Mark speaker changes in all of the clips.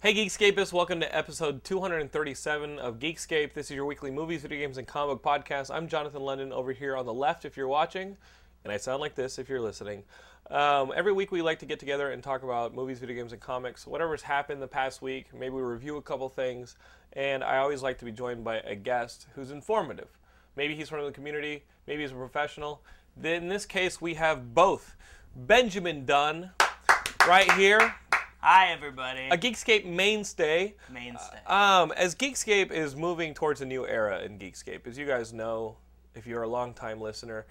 Speaker 1: Hey Geekscapists, welcome to episode 237 of Geekscape. This is your weekly movies, video games, and comic book podcast. I'm Jonathan London over here on the left if you're watching, and I sound like this if you're listening. Um, every week we like to get together and talk about movies, video games, and comics, whatever's happened the past week. Maybe we review a couple things, and I always like to be joined by a guest who's informative. Maybe he's from the community, maybe he's a professional. Then In this case, we have both. Benjamin Dunn, right here,
Speaker 2: Hi, everybody.
Speaker 1: a Geekscape mainstay.
Speaker 2: Mainstay.
Speaker 1: Um, as Geekscape is moving towards a new era in Geekscape, as you guys know, if you're a longtime listener,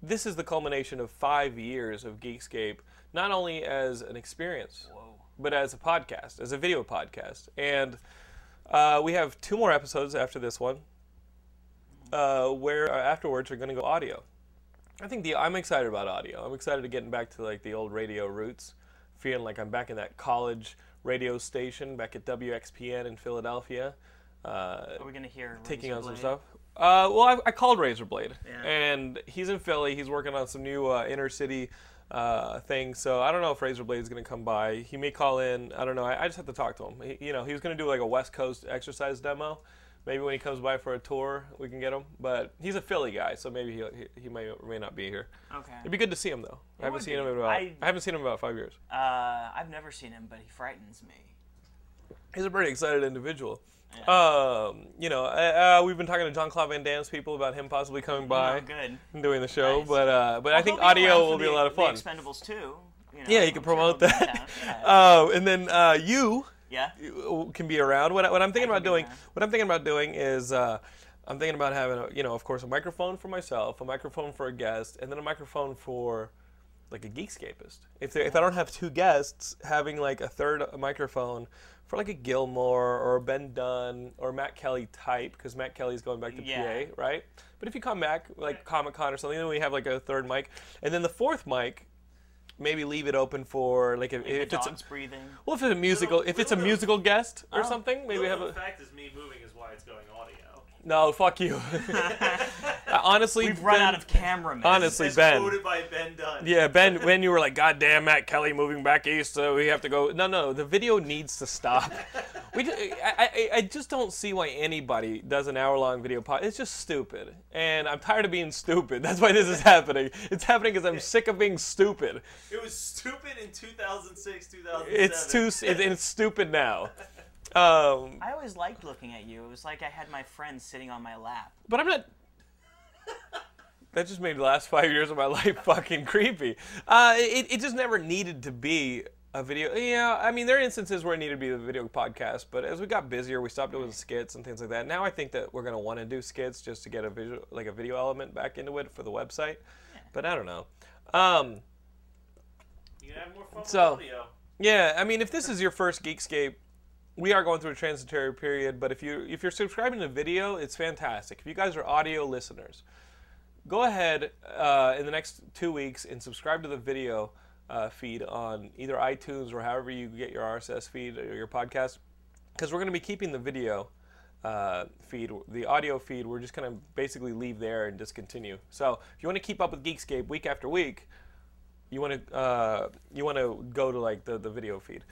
Speaker 1: this is the culmination of five years of Geekscape, not only as an experience,
Speaker 2: Whoa.
Speaker 1: but as a podcast, as a video podcast. And uh, we have two more episodes after this one, uh, where uh, afterwards are going to go audio. I think the I'm excited about audio. I'm excited to getting back to like the old radio roots, feeling like I'm back in that college radio station back at WXPN in Philadelphia, uh,
Speaker 2: Are we gonna hear
Speaker 1: taking
Speaker 2: Razor
Speaker 1: on some
Speaker 2: Blade?
Speaker 1: stuff. Uh, well, I, I called Razorblade,
Speaker 2: Yeah.
Speaker 1: and he's in Philly. He's working on some new uh, inner city uh, thing, so I don't know if Razorblade is going to come by. He may call in. I don't know. I, I just have to talk to him. He, you know, he was going to do like a West Coast exercise demo. Maybe when he comes by for a tour, we can get him. But he's a Philly guy, so maybe he he, he may or may not be here. It'd
Speaker 2: Okay.
Speaker 1: be good to see him though. I haven't
Speaker 2: would
Speaker 1: seen
Speaker 2: be.
Speaker 1: him in about I,
Speaker 2: I-
Speaker 1: haven't seen him in about five years.
Speaker 2: Uh, I've never seen him, but he frightens me.
Speaker 1: He's a pretty excited individual. Um, you know, uh, uh, we've been talking to John Claude Van Damme's people about him possibly coming by.
Speaker 2: Oh, good.
Speaker 1: and doing the show,
Speaker 2: Nice.
Speaker 1: but uh, but I think
Speaker 2: Although we were around
Speaker 1: audio
Speaker 2: for
Speaker 1: will be
Speaker 2: the-
Speaker 1: a lot of fun.
Speaker 2: The Expendables too. You know,
Speaker 1: Yeah, you can
Speaker 2: I'm sure
Speaker 1: promote
Speaker 2: we'll be
Speaker 1: that.
Speaker 2: down. Yeah.
Speaker 1: Uh, and then uh, you
Speaker 2: yeah.
Speaker 1: you can be around. What, I- what I'm thinking
Speaker 2: I
Speaker 1: about
Speaker 2: can be
Speaker 1: doing,
Speaker 2: around.
Speaker 1: what I'm thinking about doing is, uh, I'm thinking about having, a, you know, of course, a microphone for myself, a microphone for a guest, and then a microphone for like a geekscapist. If there, if I don't have two guests, having like a third microphone for like a Gilmore or a Ben Dunn or Matt Kelly type, because Matt Kelly's going back to
Speaker 2: Yeah.
Speaker 1: PA, right? But if you come back like Comic Con or something, then we have like a third mic, and then the fourth mic. Maybe leave it open for like if,
Speaker 2: The
Speaker 1: if it's
Speaker 2: dog's breathing.
Speaker 1: well, if it's a musical, if it's a
Speaker 3: Little-
Speaker 1: musical guest or
Speaker 2: Oh.
Speaker 1: something, maybe we have
Speaker 3: the
Speaker 1: a
Speaker 3: fact is me moving is why it's going audio.
Speaker 1: no. Fuck you. honestly,
Speaker 2: We've run
Speaker 1: Ben-
Speaker 2: out of cameramen.
Speaker 1: honestly,
Speaker 3: It's
Speaker 1: Ben.
Speaker 3: quoted by Ben Dunn.
Speaker 1: Yeah, Ben. When you were like, "God damn, Matt Kelly moving back east, so we have to go." No, no, the video needs to stop. We, ju- I, I, I just don't see why anybody does an hour-long video pod. It's just stupid, and I'm tired of being stupid. That's why this is happening. It's happening because I'm sick of being stupid.
Speaker 3: It was stupid in 2006, 2007.
Speaker 1: It's too, s- it, it's stupid now. Um,
Speaker 2: I always liked looking at you. It was like I had my friend sitting on my lap.
Speaker 1: But I'm not. That just made the last five years of my life fucking creepy. Uh, it, it just never needed to be a video. Yeah, I mean, there are instances where it needed to be a video podcast, but as we got busier, we stopped doing skits and things like that. Now I think that we're gonna want to do skits just to get a visual, like a video element back into it for the website. But I don't know. Um,
Speaker 3: You can have more fun
Speaker 1: So-
Speaker 3: with audio.
Speaker 1: yeah, I mean, if this is your first Geekscape, we are going through a transitory period. But if you if you're subscribing to video, it's fantastic. If you guys are audio listeners, go ahead uh, in the next two weeks and subscribe to the video uh, feed on either iTunes or however you get your RSS feed or your podcast, because we're going to be keeping the video uh, feed, the audio feed. We're just going to basically leave there and discontinue. So if you want to keep up with Geekscape week after week, you want to uh, you want to go to like the, the video feed.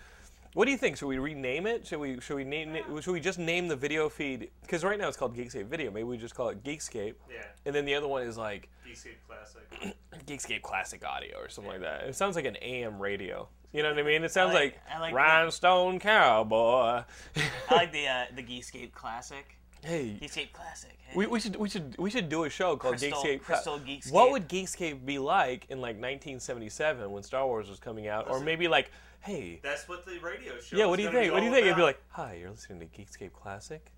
Speaker 1: What do you think? Should we rename it? Should we should we name it, should we just name the video feed? Because right now it's called Geekscape Video. Maybe we just call it Geekscape.
Speaker 3: Yeah,
Speaker 1: And then the other one is like
Speaker 3: DC classic.
Speaker 1: Geekscape Classic Audio or something like that. It sounds like an AM radio. You know what I mean? It sounds
Speaker 2: I like-
Speaker 1: like,
Speaker 2: I like
Speaker 1: Rhinestone Cowboy.
Speaker 2: I like the uh, the Geescape Classic.
Speaker 1: hey,
Speaker 2: Geescape Classic. Hey.
Speaker 1: we, we should we should we should do a show called
Speaker 2: Crystal-
Speaker 1: Geekscape. Cla-
Speaker 2: Crystal Geekscape.
Speaker 1: What would Geekscape be like in like 1977 when Star Wars was coming out, or
Speaker 3: Listen.
Speaker 1: maybe like, hey,
Speaker 3: That's what the radio show.
Speaker 1: yeah,
Speaker 3: is
Speaker 1: what do you
Speaker 3: gonna
Speaker 1: think?
Speaker 3: Be
Speaker 1: What do
Speaker 3: all
Speaker 1: you think? It'd be
Speaker 3: about.
Speaker 1: like, hi, you're listening to Geekscape Classic.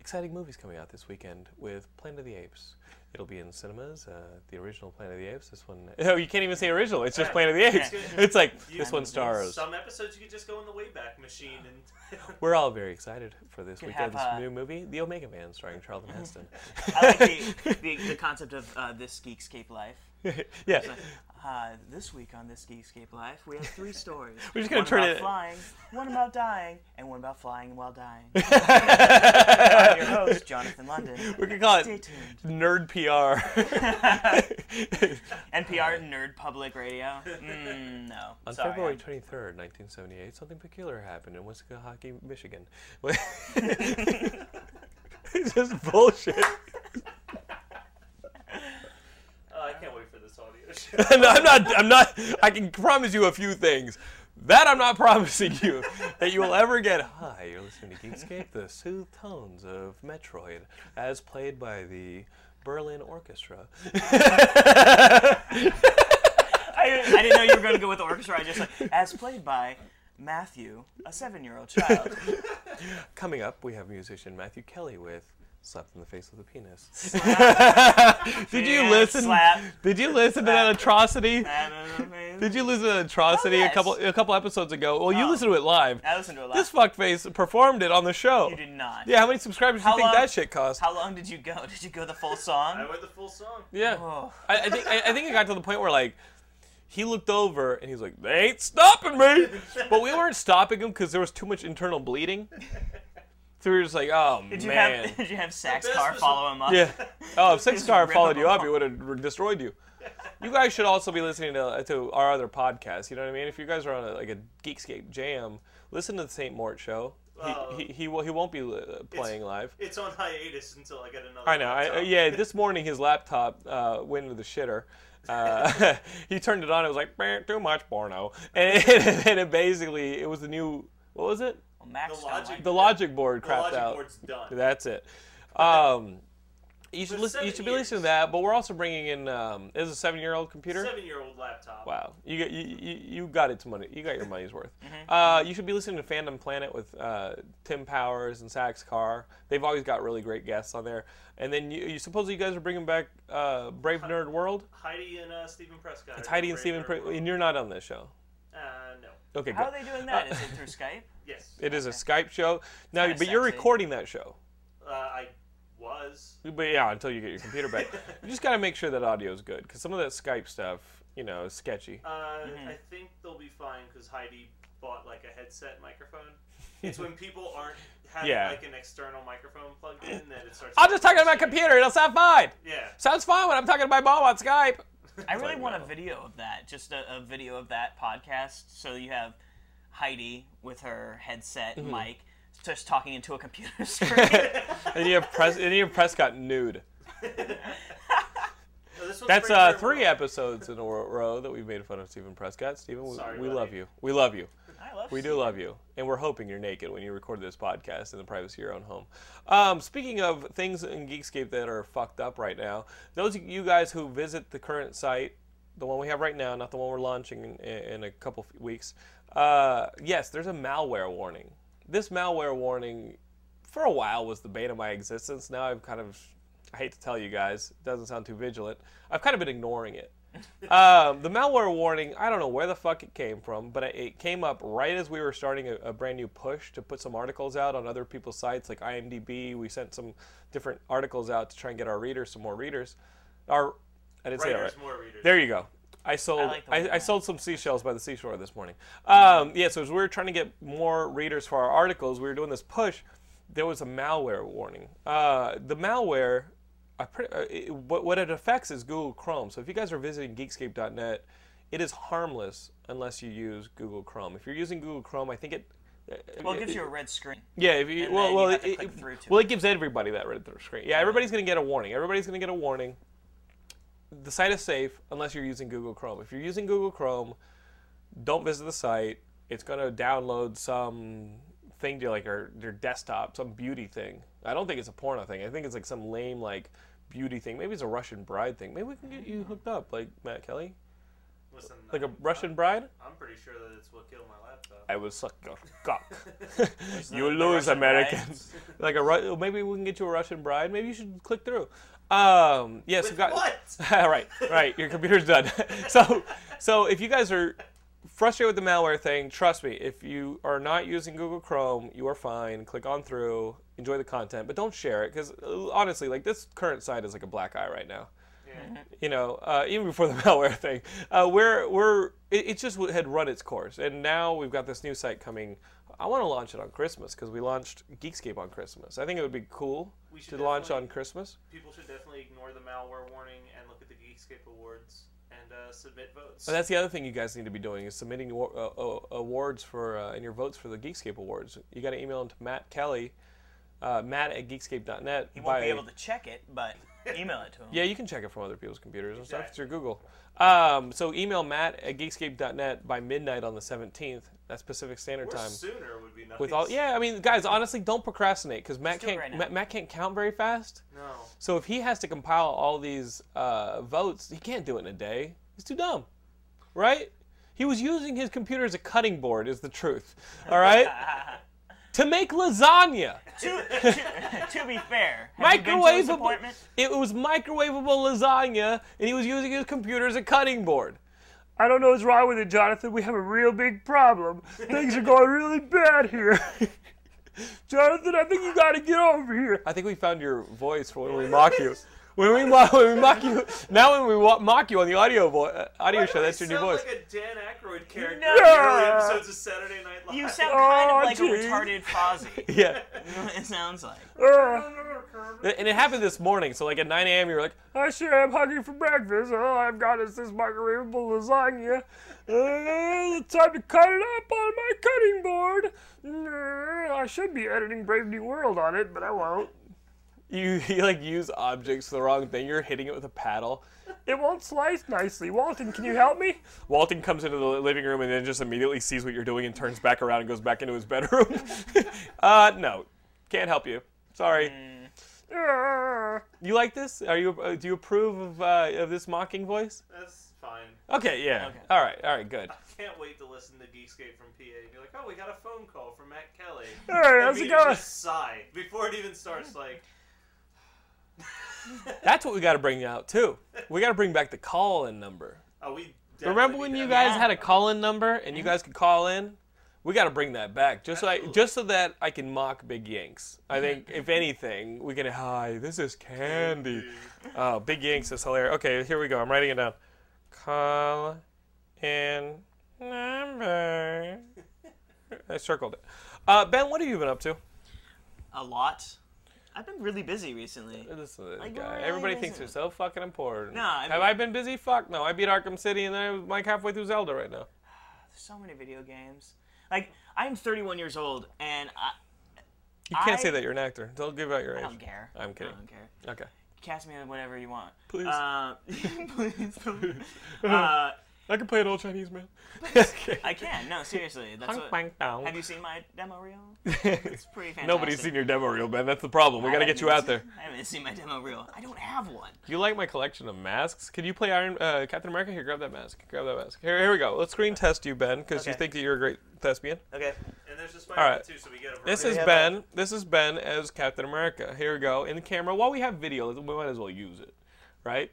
Speaker 1: Exciting movies coming out this weekend with Planet of the Apes. It'll be in cinemas. Uh, the original Planet of the Apes. This one. Oh, you can't even say original. It's just
Speaker 3: Yeah.
Speaker 1: Planet of the Apes.
Speaker 3: Yeah.
Speaker 1: It's like
Speaker 3: You-
Speaker 1: this one stars.
Speaker 3: Some episodes you could just go in the Wayback Machine and.
Speaker 1: We're all very excited for this
Speaker 2: Could
Speaker 1: weekend's
Speaker 2: have, uh,
Speaker 1: new movie, The Omega Man, starring Charlton Heston.
Speaker 2: I like the, the, the concept of uh, this Geekscape life.
Speaker 1: yeah.
Speaker 2: Uh, this week on this Geekscape Live, we have three stories.
Speaker 1: We're just gonna
Speaker 2: one
Speaker 1: turn
Speaker 2: about
Speaker 1: it-
Speaker 2: flying, one about dying, and one about flying while dying. I'm your host, Jonathan London.
Speaker 1: We could call
Speaker 2: Stay
Speaker 1: it
Speaker 2: tuned.
Speaker 1: nerd PR.
Speaker 2: NPR Nerd Public Radio. Mm, no.
Speaker 1: On
Speaker 2: Sorry,
Speaker 1: February
Speaker 2: I'm-
Speaker 1: 23rd, 1978, something peculiar happened in Wissahickey, Michigan. it's just bullshit.
Speaker 3: Oh, I can't wait for this audio show.
Speaker 1: no, I'm not. I'm not. I can promise you a few things. That I'm not promising you that you will ever get. Hi, you're listening to Geekscape, the sooth tones of Metroid, as played by the Berlin Orchestra.
Speaker 2: I, I didn't know you were going to go with the orchestra. I just like, as played by Matthew, a seven-year-old child.
Speaker 1: Coming up, we have musician Matthew Kelly with "Slapped in the Face with a Penis." Did you
Speaker 2: Yeah,
Speaker 1: listen?
Speaker 2: Slap.
Speaker 1: Did you listen to that atrocity? Did you listen to atrocity
Speaker 2: Oh, yes.
Speaker 1: a couple a couple episodes ago? Well, you
Speaker 2: Oh.
Speaker 1: listened to it live.
Speaker 2: I listened to it live.
Speaker 1: This fuckface performed it on the show.
Speaker 2: you did not.
Speaker 1: Yeah, how many subscribers do you
Speaker 2: How
Speaker 1: think
Speaker 2: long-
Speaker 1: that shit cost?
Speaker 2: How long did you go? Did you go the full
Speaker 3: I
Speaker 2: song?
Speaker 3: went the full song.
Speaker 1: yeah,
Speaker 2: Oh.
Speaker 1: I, I think I, I think it got to the point where like he looked over and he's like, "They ain't stopping me," but we weren't stopping him because there was too much internal bleeding. So we were just like, "Oh
Speaker 2: Did you
Speaker 1: man."
Speaker 2: have Did you have Sax
Speaker 3: best
Speaker 2: Car
Speaker 3: was-
Speaker 2: follow him up?
Speaker 1: yeah. Oh, if Six
Speaker 2: Just
Speaker 1: Car
Speaker 2: rip
Speaker 1: followed
Speaker 2: him
Speaker 1: you up,
Speaker 2: off.
Speaker 1: he would have r- destroyed you. You guys should also be listening to, to our other podcast. You know what I mean? If you guys are on a, like a Geekscape jam, listen to the St. Mort show. He,
Speaker 3: Oh.
Speaker 1: he, he, will, he won't be uh, playing live.
Speaker 3: It's on hiatus until I get another.
Speaker 1: I know. I,
Speaker 3: laptop.
Speaker 1: yeah, this morning his laptop uh, went into the shitter. Uh, he turned it on. It was like "Meh, too much porno, and, and it basically it was the new what was it?
Speaker 2: Well, Max
Speaker 3: The
Speaker 2: don't
Speaker 3: logic-
Speaker 2: like-
Speaker 1: The logic board
Speaker 3: The
Speaker 1: crapped
Speaker 3: logic
Speaker 1: out.
Speaker 3: board's done.
Speaker 1: That's it. Um, you should
Speaker 3: For
Speaker 1: listen. You
Speaker 3: seven
Speaker 1: should be listening to
Speaker 3: years.
Speaker 1: that. But we're also bringing in. Um, is a seven-year-old computer.
Speaker 3: Seven-year-old laptop.
Speaker 1: Wow, you got you, you, you got its money. You got your money's worth.
Speaker 2: Mm-hmm.
Speaker 1: Uh, you should be listening to Fandom Planet with uh, Tim Powers and Sax Carr. They've always got really great guests on there. And then you, you supposedly you guys are bringing back uh, Brave Nerd World.
Speaker 3: Heidi and uh, Stephen Prescott.
Speaker 1: It's Heidi and Steven, Pre- and you're not on this show.
Speaker 3: Uh, no.
Speaker 1: Okay,
Speaker 2: How
Speaker 1: good.
Speaker 2: are they doing that? Is it through Skype?
Speaker 3: Yes.
Speaker 1: It is a Skype show now, but
Speaker 2: kinda
Speaker 1: you're
Speaker 2: sexy.
Speaker 1: recording that show.
Speaker 3: Uh, I was.
Speaker 1: But yeah, until you get your computer back, you just got to make sure that audio is good because some of that Skype stuff, you know, is sketchy.
Speaker 3: Uh,
Speaker 1: Mm-hmm.
Speaker 3: I think they'll be fine because Heidi bought like a headset microphone. It's when people aren't having
Speaker 1: Yeah.
Speaker 3: like an external microphone plugged in that it starts.
Speaker 1: I'm just talking to my computer. It'll sound fine.
Speaker 3: Yeah.
Speaker 1: Sounds fine when I'm talking to my mom on Skype.
Speaker 2: I really
Speaker 1: like,
Speaker 2: want
Speaker 1: no.
Speaker 2: a video of that, just a, a video of that podcast. So you have Heidi with her headset
Speaker 1: Mm-hmm.
Speaker 2: mic, just talking into a computer screen.
Speaker 1: And you have Pres- and you have Prescott nude.
Speaker 3: No, this one's
Speaker 1: That's
Speaker 3: pretty
Speaker 1: uh,
Speaker 3: fair.
Speaker 1: three episodes in a ro- row that we've made fun of Stephen Prescott. Stephen, we,
Speaker 3: Sorry,
Speaker 1: we
Speaker 3: buddy.
Speaker 1: love you. We love you.
Speaker 2: I love.
Speaker 1: We do love you, and we're hoping you're naked when you record this podcast in the privacy of your own home. Um, speaking of things in Geekscape that are fucked up right now, those of you guys who visit the current site, the one we have right now, not the one we're launching in, in a couple f- weeks, uh, yes, there's a malware warning. This malware warning, for a while, was the bane of my existence. Now I've kind of, I hate to tell you guys, it doesn't sound too vigilant. I've kind of been ignoring it. Um, the malware warning, I don't know where the fuck it came from, but it- it came up right as we were starting a, a brand new push to put some articles out on other people's sites like IMDb. We sent some different articles out to try and get our readers some more readers. Our, I didn't say that
Speaker 3: Writers,
Speaker 1: right.
Speaker 3: more readers.
Speaker 1: There you go. I sold I,
Speaker 2: like the way
Speaker 1: I,
Speaker 2: that-
Speaker 1: sold some seashells by the seashore this morning. Um, yeah, so as we were trying to get more readers for our articles, we were doing this push. There was a malware warning. Uh, the malware, I pre- uh, it, what, what it affects is Google Chrome. So if you guys are visiting Geekscape.net, it is harmless unless you use Google Chrome. If you're using Google Chrome, I think it.
Speaker 2: Well, it gives you a red screen.
Speaker 1: Yeah, if you,
Speaker 2: And
Speaker 1: well,
Speaker 2: then you
Speaker 1: well,
Speaker 2: have to
Speaker 1: it,
Speaker 2: click
Speaker 1: it-
Speaker 2: through to
Speaker 1: well, it gives everybody that red through screen. Yeah, everybody's gonna get a warning. Everybody's gonna get a warning. The site is safe unless you're using Google Chrome. If you're using Google Chrome, don't visit the site. It's gonna download some thing to like your your desktop, some beauty thing. I don't think it's a porno thing. I think it's like some lame like beauty thing. Maybe it's a Russian bride thing. Maybe we can get you hooked up, like Matt Kelly,
Speaker 3: Listen,
Speaker 1: like a
Speaker 3: I'm-
Speaker 1: Russian bride.
Speaker 3: I'm pretty sure that it's what killed my laptop.
Speaker 1: I will suck your cock. you
Speaker 2: the
Speaker 1: lose,
Speaker 2: Russian
Speaker 1: Americans. like a Ru- maybe we can get you a Russian bride. Maybe you should click through. Um, yes,
Speaker 3: With
Speaker 1: got
Speaker 3: what?
Speaker 1: all right, all right. Your computer's done. so, so if you guys are frustrated with the malware thing, trust me. If you are not using Google Chrome, you are fine. Click on uh, through, enjoy the content, but don't share it because honestly, like this current site is like a black eye right now.
Speaker 3: Yeah.
Speaker 1: you know, uh, even before the malware thing, uh, we're, we're it, it just had run its course, and now we've got this new site coming. I want to launch it on Christmas because we launched Geekscape on Christmas. I think it would be cool
Speaker 3: We should
Speaker 1: to launch
Speaker 3: definitely-
Speaker 1: on Christmas.
Speaker 3: People should definitely ignore the malware warning and look at the Geekscape awards and uh, submit votes.
Speaker 1: But that's the other thing you guys need to be doing is submitting wa- uh, uh, awards for uh, and your votes for the Geekscape awards. You got to email them to Matt Kelly, uh, Matt at Geekscape.net.
Speaker 2: You won't be able to check it, but email it to him.
Speaker 1: Yeah, you can check it from other people's computers and stuff. It's
Speaker 3: Exactly.
Speaker 1: your Google. Um, so email Matt at Geekscape.net by midnight on the 17th. That's Pacific Standard
Speaker 3: or
Speaker 1: Time.
Speaker 3: sooner would be nice.
Speaker 1: With all, yeah, I mean, guys, honestly, don't procrastinate because Matt
Speaker 2: do it
Speaker 1: can't
Speaker 2: right now.
Speaker 1: Matt, Matt can't count very fast.
Speaker 3: No.
Speaker 1: So if he has to compile all these uh, votes, he can't do it in a day. He's too dumb, right? He was using his computer as a cutting board, is the truth. All right, to make lasagna.
Speaker 2: to, to, to be fair, have you been to his
Speaker 1: Microwavable.
Speaker 2: appointment?
Speaker 1: It was microwavable lasagna, and he was using his computer as a cutting board. I don't know what's wrong with it, Jonathan. We have a real big problem. Things are going really bad here. Jonathan, I think you got to get over here. I think we found your voice for when we mock you. When we, mo- when we mock you, now when we wa- mock you on the audio vo- uh, audio
Speaker 3: Why do
Speaker 1: show,
Speaker 3: I
Speaker 1: that's your new
Speaker 3: sound
Speaker 1: voice.
Speaker 3: like a Dan Aykroyd character
Speaker 2: No.
Speaker 3: in the early
Speaker 1: Yeah.
Speaker 3: episodes of Saturday Night Live.
Speaker 2: You sound kind
Speaker 1: Oh,
Speaker 2: of like
Speaker 1: geez.
Speaker 2: a retarded Fozzie.
Speaker 1: yeah.
Speaker 2: it sounds like.
Speaker 1: Uh, and it happened this morning, so like at 9 a.m. you were like, I sure am hungry for breakfast. All I've got is this microwavable lasagna. Uh, it's time to cut it up on my cutting board. Uh, I should be editing Brave New World on it, but I won't. You, you like use objects for the wrong thing. You're hitting it with a paddle. It won't slice nicely. Walton, can you help me? Walton comes into the living room and then just immediately sees what you're doing and turns back around and goes back into his bedroom. uh, no, can't help you. Sorry. You like this? Are you? Uh, do you approve of uh, of this mocking voice?
Speaker 3: That's fine.
Speaker 1: Okay, yeah.
Speaker 2: Okay.
Speaker 1: All right, all right, good.
Speaker 3: Can't wait to listen to Geekscape from PA and be like, oh, we got a phone call from Matt Kelly.
Speaker 1: right,
Speaker 3: And
Speaker 1: how's it
Speaker 3: me
Speaker 1: going?
Speaker 3: Just sigh before it even starts. Like,
Speaker 1: That's what we got to bring out too. We got to bring back the call-in number.
Speaker 3: oh, we. definitely
Speaker 1: Remember when
Speaker 3: need
Speaker 1: you
Speaker 3: that.
Speaker 1: guys
Speaker 2: Yeah.
Speaker 1: had a call-in number and you guys could call in? We got to bring that back just so I,
Speaker 3: Absolutely.
Speaker 1: just so that I can mock Big Yanks. I think if anything, we can. Hi, this is Candy. Oh, Big Yanks is hilarious. Okay, here we go. I'm writing it down. Call in number. I circled it. Uh, ben, what have you been up to?
Speaker 2: A lot. I've been really busy recently.
Speaker 1: Listen to this uh,
Speaker 2: Like,
Speaker 1: guy.
Speaker 2: really
Speaker 1: Everybody
Speaker 2: busy.
Speaker 1: thinks they're so fucking important.
Speaker 2: No, I
Speaker 1: have
Speaker 2: mean-
Speaker 1: I been busy? Fuck no. I beat Arkham City and then I was like halfway through Zelda right now.
Speaker 2: So many video games. Like, I'm 31 years old, and I,
Speaker 1: You can't say
Speaker 2: I-
Speaker 1: that you're an actor. Don't give out your
Speaker 2: I
Speaker 1: age.
Speaker 2: don't care.
Speaker 1: I'm kidding.
Speaker 2: I don't care.
Speaker 1: Okay.
Speaker 2: Cast me in whatever you want.
Speaker 1: Please.
Speaker 2: Uh, please. don't. uh,
Speaker 1: I can play an old Chinese man.
Speaker 2: I can. No, seriously. That's
Speaker 1: Honk,
Speaker 2: what,
Speaker 1: bang, bong.
Speaker 2: have you seen my demo reel? It's pretty fantastic.
Speaker 1: Nobody's seen your demo reel, Ben. That's the problem. We
Speaker 2: I
Speaker 1: gotta
Speaker 2: haven't
Speaker 1: get you out
Speaker 2: seen-
Speaker 1: there.
Speaker 2: I haven't seen my demo reel. I don't have one.
Speaker 1: You like my collection of masks? Could you play Iron uh, Captain America? Here, grab that mask. Grab that mask. Here, here we go. Let's screen test you, Ben, because you
Speaker 2: Okay.
Speaker 1: think that you're a great thespian.
Speaker 2: Okay.
Speaker 3: And there's just
Speaker 1: All right.
Speaker 3: too, so we get a
Speaker 1: This
Speaker 3: variety.
Speaker 1: is
Speaker 2: have
Speaker 1: Ben. This is Ben as Captain America. Here we go in the camera. While we have video, we might as well use it, right?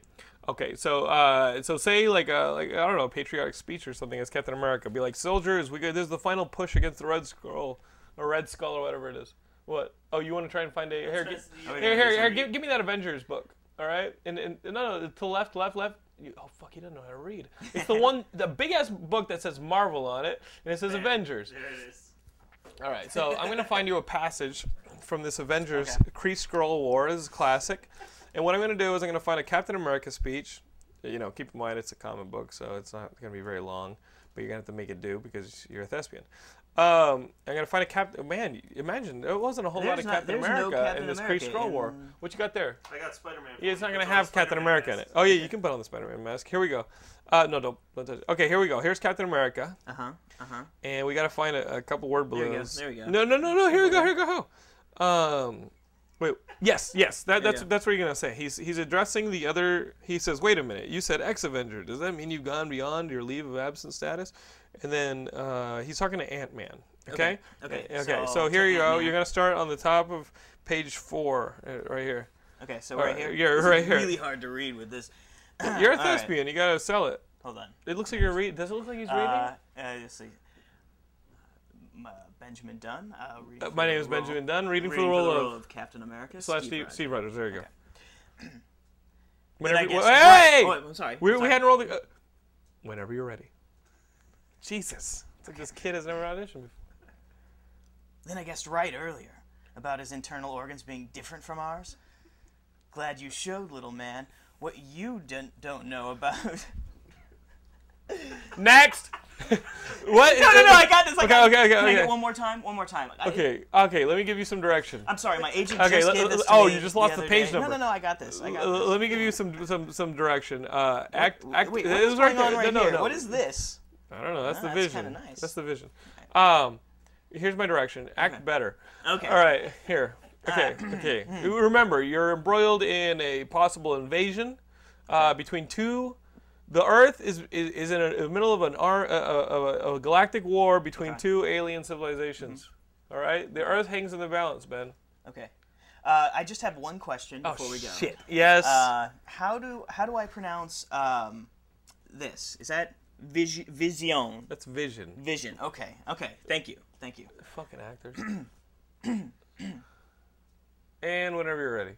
Speaker 1: Okay, so uh, so say like a like I don't know, a patriotic speech or something as Captain America. Be like, soldiers, we go. This is the final push against the Red Skull, or Red Skull, or whatever it is. What? Oh, you want to try and find a here?
Speaker 3: try
Speaker 1: Get,
Speaker 3: to see-
Speaker 1: here,
Speaker 3: Oh,
Speaker 1: here,
Speaker 2: yeah,
Speaker 1: here,
Speaker 2: sorry.
Speaker 1: Give, give me that Avengers book. All right, and, and and no, no, to left, left, left. You, oh fuck, he doesn't know how to read. It's the one, the big ass book that says Marvel on it, and it says Avengers.
Speaker 3: There it is.
Speaker 1: All right, so I'm going to find you a passage from this Avengers
Speaker 2: Okay.
Speaker 1: Kree Scroll War. This is classic. And what I'm going to do is I'm going to find a Captain America speech. You know, keep in mind it's a comic book, so it's not going to be very long, but you're going to have to make it do because you're a thespian. Um, I'm going to find a Captain. Man, you- imagine there wasn't a whole lot
Speaker 2: There's
Speaker 1: of
Speaker 2: not-
Speaker 1: Captain
Speaker 2: there's no
Speaker 1: America
Speaker 2: Captain
Speaker 1: in this Kree
Speaker 2: America
Speaker 1: Scroll War.
Speaker 2: in-
Speaker 1: What you got there?
Speaker 3: I got Spider-Man.
Speaker 1: Yeah, it's not going to
Speaker 3: It's on
Speaker 1: have
Speaker 3: the
Speaker 1: Captain
Speaker 3: Spider-Man
Speaker 1: America in it.
Speaker 3: mask.
Speaker 1: Oh, yeah, you can put on the Spider Man mask. Here we go. Uh, no, don't, don't touch it. Okay, here we go. Here's Captain America.
Speaker 2: Uh huh. Uh huh.
Speaker 1: And we gotta find a, a couple word
Speaker 2: we go,
Speaker 1: balloons.
Speaker 2: there we go.
Speaker 1: No, no, no, no. Here we go. Here we go. Um, wait. Yes, yes. That, that's
Speaker 2: go.
Speaker 1: that's what you're gonna say. He's he's addressing the other. He says, "Wait a minute. You said ex Avenger. Does that mean you've gone beyond your leave of absence status?" And then uh, he's talking to Ant Man. Okay.
Speaker 2: Okay,
Speaker 1: Uh, Okay. So,
Speaker 2: so
Speaker 1: here you go.
Speaker 2: Ant-Man.
Speaker 1: You're gonna start on the top of page four, uh, right here.
Speaker 2: Okay, so
Speaker 1: All
Speaker 2: right,
Speaker 1: right,
Speaker 2: here.
Speaker 1: yeah,
Speaker 2: This is
Speaker 1: right here.
Speaker 2: Really hard to read with this.
Speaker 1: You're a
Speaker 2: All right.
Speaker 1: thespian. You gotta sell it.
Speaker 2: Hold on.
Speaker 1: It looks like you're reading. Does it look like he's reading?
Speaker 2: Uh, uh, let's see. Um, uh, Benjamin Dunn. Uh, reading
Speaker 1: My
Speaker 2: for
Speaker 1: name
Speaker 2: the
Speaker 1: is
Speaker 2: role-
Speaker 1: Benjamin Dunn, reading,
Speaker 2: Reading
Speaker 1: for the role
Speaker 2: role
Speaker 1: of
Speaker 2: of Captain America.
Speaker 1: slash
Speaker 2: Steve
Speaker 1: Steve,
Speaker 2: Rogers.
Speaker 1: Steve Rogers. There you go. Whenever,
Speaker 2: I guess-
Speaker 1: hey!
Speaker 2: Right. Oh, I'm sorry.
Speaker 1: we,
Speaker 2: I'm
Speaker 1: we
Speaker 2: sorry.
Speaker 1: hadn't rolled. the- Uh, whenever you're ready. Jesus, it's like this kid has never auditioned before.
Speaker 2: Then I guessed right earlier about his internal organs being different from ours. Glad you showed, little man, what you don't, don't know about.
Speaker 1: Next. what?
Speaker 2: no, no, no! I got this. I
Speaker 1: okay,
Speaker 2: got
Speaker 1: okay, okay,
Speaker 2: Can I
Speaker 1: okay.
Speaker 2: get one more time? One more time. I-
Speaker 1: Okay, okay. Let me give you some direction.
Speaker 2: I'm sorry, my agent
Speaker 1: Okay,
Speaker 2: just
Speaker 1: let-
Speaker 2: gave this. To
Speaker 1: oh,
Speaker 2: me
Speaker 1: you just lost the
Speaker 2: other
Speaker 1: page
Speaker 2: day.
Speaker 1: number.
Speaker 2: No, no, no! I got this. I got
Speaker 1: L-
Speaker 2: this.
Speaker 1: let me give you some some some direction. Uh, act act.
Speaker 2: Wait,
Speaker 1: it
Speaker 2: what's
Speaker 1: was
Speaker 2: going
Speaker 1: there.
Speaker 2: on right
Speaker 1: no,
Speaker 2: here?
Speaker 1: No.
Speaker 2: What is this?
Speaker 1: I don't know. That's
Speaker 2: Oh,
Speaker 1: the
Speaker 2: that's
Speaker 1: vision.
Speaker 2: kinda nice.
Speaker 1: That's the vision. Um, here's my direction. Act better.
Speaker 2: Okay. Uh, hmm.
Speaker 1: All right. Here. Okay. okay. Remember, you're embroiled in a possible invasion uh, between two. The Earth is is, is in a, the middle of an ar, uh, uh, uh, a galactic war between two alien civilizations.
Speaker 2: Mm-hmm.
Speaker 1: All right. The Earth hangs in the balance, Ben.
Speaker 2: Okay. Uh, I just have one question before we go.
Speaker 1: Yes.
Speaker 2: Uh, how do how do I pronounce um, this? Is that vis- vision?
Speaker 1: That's vision.
Speaker 2: Vision. Okay. Okay. Thank you. Thank you.
Speaker 1: Fucking actors. and whenever you're ready.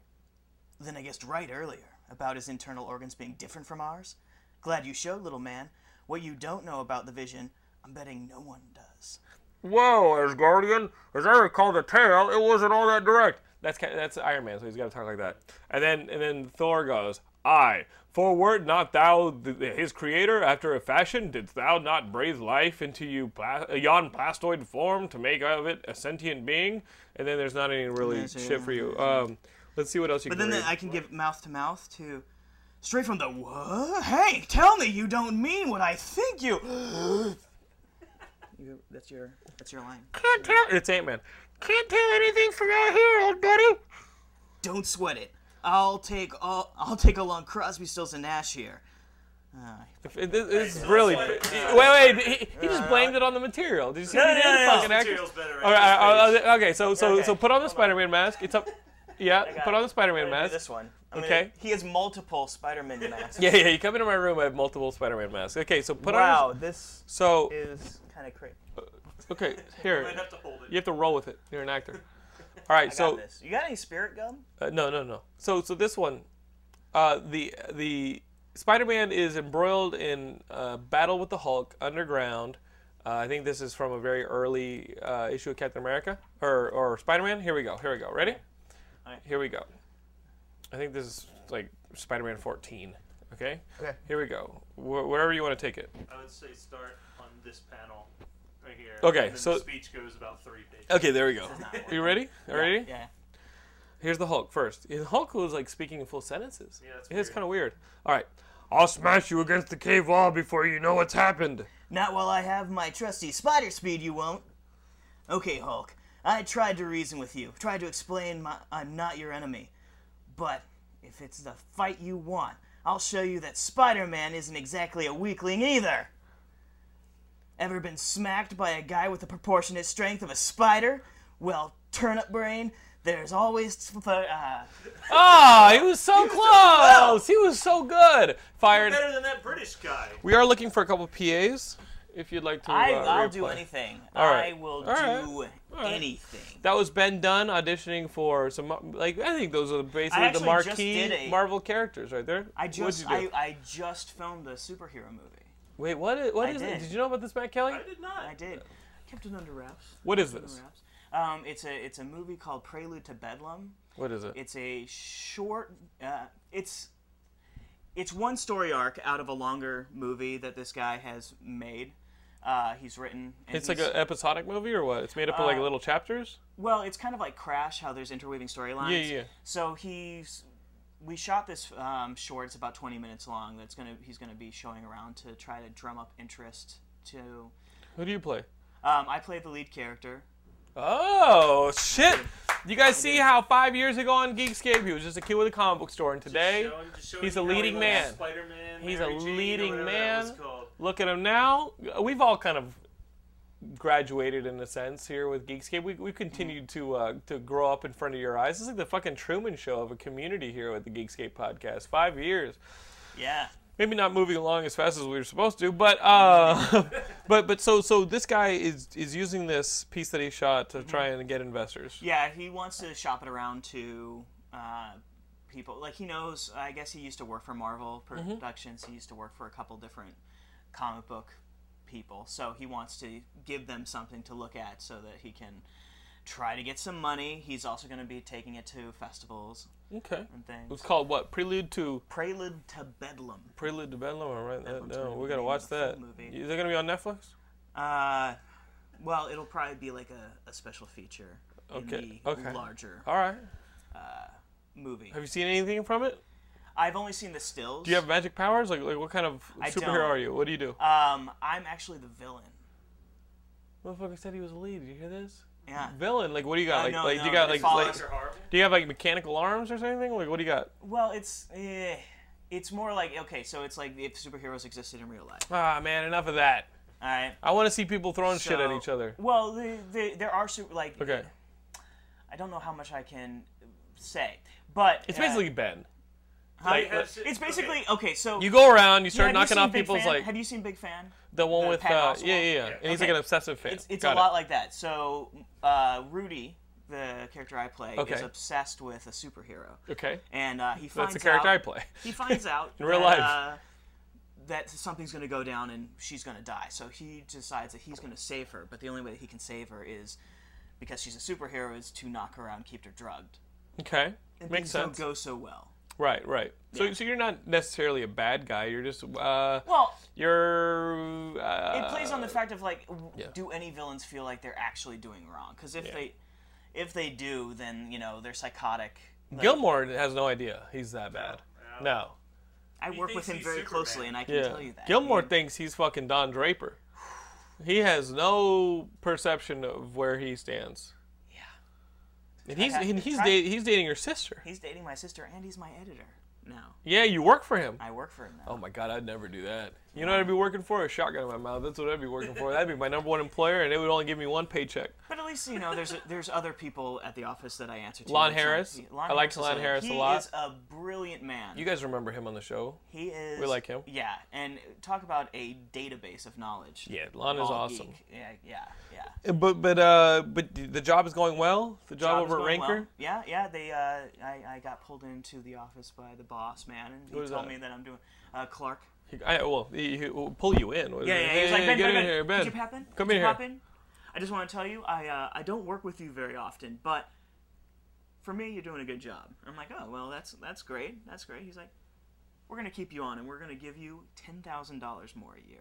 Speaker 2: Then I guessed right earlier about his internal organs being different from ours. Glad you showed, little man. What you don't know about the vision, I'm betting no one does.
Speaker 1: Whoa, as Guardian, as I recall the tale, it wasn't all that direct. That's ki that's Iron Man, so he's got to talk like that. And then and then Thor goes, "I, for wert not thou th- his creator after a fashion? Didst thou not breathe life into you pla- yon plastoid form to make of it a sentient being?" And then there's not any really
Speaker 2: Yes, yeah,
Speaker 1: shit for you. Um, let's see what else you
Speaker 2: But
Speaker 1: can.
Speaker 2: then the-
Speaker 1: read.
Speaker 2: I can give mouth to mouth to. Straight from the what? Hey, tell me you don't mean what I think you. you that's your that's your line.
Speaker 1: can't tell. It's Ant Man. Can't tell anything from out here, old buddy.
Speaker 2: Don't sweat it. I'll take all. I'll take along Crosby, Stills, and Nash here.
Speaker 1: It- This this is really. Wait, wait. He, he just blamed it on the material. Did you see what he did?
Speaker 2: uh, no, no, no.
Speaker 1: Fucking actor.
Speaker 3: Material's better.
Speaker 1: All right, all right, all right, okay, so so
Speaker 2: Okay.
Speaker 1: so put on the Spider-Man mask. It's up. Yeah, put on the Spider-Man mask.
Speaker 2: This one. I'm gonna-
Speaker 1: Okay.
Speaker 2: he has multiple Spider-Man masks.
Speaker 1: Yeah, yeah. You come into my room. I have multiple Spider-Man masks. Okay, so put on.
Speaker 2: Wow, this
Speaker 1: So
Speaker 2: is kind of crazy.
Speaker 1: okay,
Speaker 3: I
Speaker 1: here
Speaker 3: might have to hold it.
Speaker 1: you have to roll with it. You're an actor. All right,
Speaker 2: So
Speaker 1: so
Speaker 2: this. you got any spirit gum?
Speaker 1: Uh, no, no, no. So, so this one, uh, the the Spider-Man is embroiled in a battle with the Hulk underground. Uh, I think this is from a very early uh, issue of Captain America or or Spider-Man. Here we go. Here we go. Ready?
Speaker 2: Alright.
Speaker 1: Here we go. I think this is like Spider-Man 14. Okay.
Speaker 2: Okay.
Speaker 1: Here we go. Wh- wherever you want to take it.
Speaker 3: I would say start on this panel right here.
Speaker 1: Okay,
Speaker 3: and then
Speaker 1: so-
Speaker 3: the speech goes about three pages.
Speaker 1: Okay. There we go. Are you ready? Are you ready?
Speaker 2: Yeah.
Speaker 1: Here's the Hulk first. And Hulk was like speaking in full sentences.
Speaker 3: Yeah, that's
Speaker 1: it's
Speaker 3: weird.
Speaker 1: kind of weird. All right. I'll smash you against the cave wall before you know what's happened.
Speaker 2: Not while I have my trusty spider speed, you won't. Okay, Hulk. I tried to reason with you, tried to explain my, I'm not your enemy. But if it's the fight you want, I'll show you that Spider Man isn't exactly a weakling either. Ever been smacked by a guy with the proportionate strength of a spider? Well, turnip brain, there's always. Uh,
Speaker 1: Ah, he was so close. He was so good. Fired.
Speaker 3: Better than that British guy.
Speaker 1: We are looking for a couple PAs. If you'd like to,
Speaker 2: I,
Speaker 1: uh,
Speaker 2: I'll
Speaker 1: reapply.
Speaker 2: do anything.
Speaker 1: right.
Speaker 2: I
Speaker 1: All
Speaker 2: will
Speaker 1: right.
Speaker 2: do anything.
Speaker 1: That was Ben Dunn auditioning for some. Like I think those are basically the
Speaker 2: actually just
Speaker 1: marquee
Speaker 2: did a-
Speaker 1: Marvel characters right there.
Speaker 2: I
Speaker 1: What'd
Speaker 2: just
Speaker 1: you do?
Speaker 2: I, I just filmed a superhero movie.
Speaker 1: wait. What? i- What
Speaker 2: I
Speaker 1: is it?
Speaker 2: did.
Speaker 1: Did you know about this, Matt Kelly?
Speaker 3: I did not.
Speaker 2: I did. Kept it under wraps.
Speaker 1: What is
Speaker 2: Under
Speaker 1: this?
Speaker 2: wraps. Um, it's a it's a movie called Prelude to Bedlam.
Speaker 1: What is it?
Speaker 2: It's a short. Uh, it's it's one story arc out of a longer movie that this guy has made. Uh, he's written. And
Speaker 1: It's like
Speaker 2: he's-
Speaker 1: an episodic movie or what? It's made up of like little chapters.
Speaker 2: Well, it's kind of like Crash, how there's interweaving storylines.
Speaker 1: Yeah, yeah.
Speaker 2: So he's we shot this um, short. It's about 20 minutes long. That's gonna he's gonna be showing around to try to drum up interest. To
Speaker 1: Who do you play?
Speaker 2: um, I play the lead character.
Speaker 1: Oh shit! You guys see how five years ago on Geekscape he was just a kid with a comic book store, and today
Speaker 3: Showing- just showing
Speaker 1: he's
Speaker 3: you
Speaker 1: a
Speaker 3: how he
Speaker 1: leading
Speaker 3: loves
Speaker 1: man.
Speaker 3: Spider-Man,
Speaker 1: He's a
Speaker 3: Mary Jane, or
Speaker 1: leading
Speaker 3: whatever that was
Speaker 1: man.
Speaker 3: called.
Speaker 1: Look at him now. We've all kind of graduated in a sense here with Geekscape. We we continued to uh, to grow up in front of your eyes. It's like the fucking Truman Show of a community here with the Geekscape podcast. Five years
Speaker 2: Yeah.
Speaker 1: maybe not moving along as fast as we were supposed to, but uh, but but so so this guy is is using this piece that he
Speaker 3: Mm-hmm.
Speaker 1: shot to try and get investors.
Speaker 2: Yeah, he wants to shop it around to uh, people. Like he knows. I guess he used to work for Marvel
Speaker 1: Mm-hmm.
Speaker 2: Productions. He used to work for a couple different comic book people. So he wants to give them something to look at so that he can try to get some money. He's also going to be taking it to festivals
Speaker 1: Okay.
Speaker 2: and things.
Speaker 1: It's called what? Prelude to
Speaker 2: Prelude to Bedlam.
Speaker 1: Prelude to Bedlam. All right, that
Speaker 2: Bedlam's gonna
Speaker 1: down. We
Speaker 2: be
Speaker 1: gotta
Speaker 2: the
Speaker 1: watch
Speaker 2: full
Speaker 1: that.
Speaker 2: movie.
Speaker 1: Is it gonna be on Netflix?
Speaker 2: Uh, well, it'll probably be like a, a special feature in
Speaker 1: Okay,
Speaker 2: the
Speaker 1: okay.
Speaker 2: larger
Speaker 1: All right.
Speaker 2: movie.
Speaker 1: Have you seen anything from it?
Speaker 2: I've only seen the stills.
Speaker 1: Do you have magic powers? Like, like what kind of
Speaker 2: don't.
Speaker 1: superhero are you? What do you do?
Speaker 2: Um, I'm actually the villain.
Speaker 1: Motherfucker said he was a lead. Did you hear this?
Speaker 2: Yeah.
Speaker 1: Villain. Like, what do you got?
Speaker 2: Oh,
Speaker 1: like,
Speaker 2: no,
Speaker 1: like do
Speaker 2: no,
Speaker 1: you got
Speaker 2: they
Speaker 1: like,
Speaker 2: follow
Speaker 1: like
Speaker 2: us.
Speaker 3: Mr. Horrible.
Speaker 1: do you have like mechanical arms or something? Like, what do you got?
Speaker 2: Well, it's eh, it's more like okay, so it's like if superheroes existed in real life.
Speaker 1: Ah, man, enough of that.
Speaker 2: All right.
Speaker 1: I want to see people throwing shit at
Speaker 2: So-
Speaker 1: each other.
Speaker 2: Well, the, the, there are super like
Speaker 1: Okay,
Speaker 2: I don't know how much I can say, but
Speaker 1: it's
Speaker 2: uh,
Speaker 1: basically Ben.
Speaker 2: huh?
Speaker 1: like-
Speaker 3: Have si-
Speaker 2: it's basically
Speaker 3: okay.
Speaker 2: okay. so
Speaker 1: You go around, you
Speaker 2: Yeah, have
Speaker 1: start
Speaker 2: you
Speaker 1: knocking
Speaker 2: seen
Speaker 1: off
Speaker 2: Big
Speaker 1: people's
Speaker 2: Fan?
Speaker 1: like
Speaker 2: Have you seen Big Fan?
Speaker 1: the one
Speaker 2: the
Speaker 1: with
Speaker 2: Patton
Speaker 1: uh,
Speaker 2: Oswalt?
Speaker 1: yeah, yeah, yeah, and he's like
Speaker 2: Okay.
Speaker 1: an obsessive fan.
Speaker 2: It's, it's a
Speaker 1: Got it.
Speaker 2: lot like that. So uh, Rudy, the character I play,
Speaker 1: Okay.
Speaker 2: is obsessed with a superhero,
Speaker 1: Okay,
Speaker 2: and uh, he finds
Speaker 1: that's the character
Speaker 2: out,
Speaker 1: I play.
Speaker 2: He finds out
Speaker 1: In real
Speaker 2: that,
Speaker 1: life.
Speaker 2: Uh, that something's going to go down and she's going to die. So he decides that he's going to save her, but the only way that he can save her is because she's a superhero is to knock her out and keep her drugged.
Speaker 1: Okay, makes
Speaker 2: And things
Speaker 1: sense.
Speaker 2: don't go so well.
Speaker 1: Right, right. So, so you're not necessarily a bad guy. You're just uh,
Speaker 2: Well,
Speaker 1: you're. Uh,
Speaker 2: it plays on the fact of like, w
Speaker 1: yeah.
Speaker 2: do any villains feel like they're actually doing wrong? Because if
Speaker 1: Yeah.
Speaker 2: they, if they do, then you know they're psychotic. Like,
Speaker 1: Gilmore has no idea he's that bad. No,
Speaker 2: I work with
Speaker 3: thinks
Speaker 2: him
Speaker 3: he's
Speaker 2: very
Speaker 3: Superman.
Speaker 2: closely, and I can
Speaker 1: yeah.
Speaker 2: tell you that
Speaker 1: Gilmore
Speaker 2: He-
Speaker 1: thinks he's fucking Don Draper. He has no perception of where he stands.
Speaker 2: Yeah.
Speaker 1: And he's
Speaker 2: have
Speaker 1: and
Speaker 2: to
Speaker 1: he's
Speaker 2: try-
Speaker 1: da- he's dating your sister.
Speaker 2: he's dating my sister, and he's my editor now.
Speaker 1: Yeah, you work for him.
Speaker 2: I work for him now.
Speaker 1: Oh my god, I'd never do that. You know what I'd be working for? A shotgun in my mouth. That's what I'd be working for. That'd be my number one employer, and it would only give me one paycheck.
Speaker 2: But at least you know there's there's other people at the office that I answer to.
Speaker 1: Lon
Speaker 2: It's not-
Speaker 1: Harris. I like
Speaker 2: is
Speaker 1: Lon
Speaker 2: a-
Speaker 1: Harris a
Speaker 2: he
Speaker 1: lot.
Speaker 2: He is a brilliant man.
Speaker 1: You guys remember him on the show?
Speaker 2: he is.
Speaker 1: we like him.
Speaker 2: Yeah, and talk about a database of knowledge.
Speaker 1: Yeah, Lon is
Speaker 2: Bald
Speaker 1: awesome.
Speaker 2: geek. Yeah, yeah, yeah.
Speaker 1: But but uh but the job is going well. The job,
Speaker 2: Job is
Speaker 1: over at
Speaker 2: going
Speaker 1: Ranker.
Speaker 2: well. Yeah, yeah. They, uh, I, I got pulled into the office by the boss man, and he
Speaker 1: Who's
Speaker 2: told
Speaker 1: that?
Speaker 2: me that I'm doing uh, Clark.
Speaker 1: He- I, well, he, he will pull you in.
Speaker 2: Yeah, yeah. He was like, Ben,
Speaker 1: get in
Speaker 2: Ben, Ben,
Speaker 1: here, Ben.
Speaker 2: Could you pop in?
Speaker 1: Come
Speaker 2: Could
Speaker 1: in here.
Speaker 2: you Pop in? I just want to tell you, I, uh, I don't work with you very often, but for me, you're doing a good job. I'm like, oh well, that's that's great, that's great. He's like, we're gonna keep you on, and we're gonna give you ten thousand dollars more a year.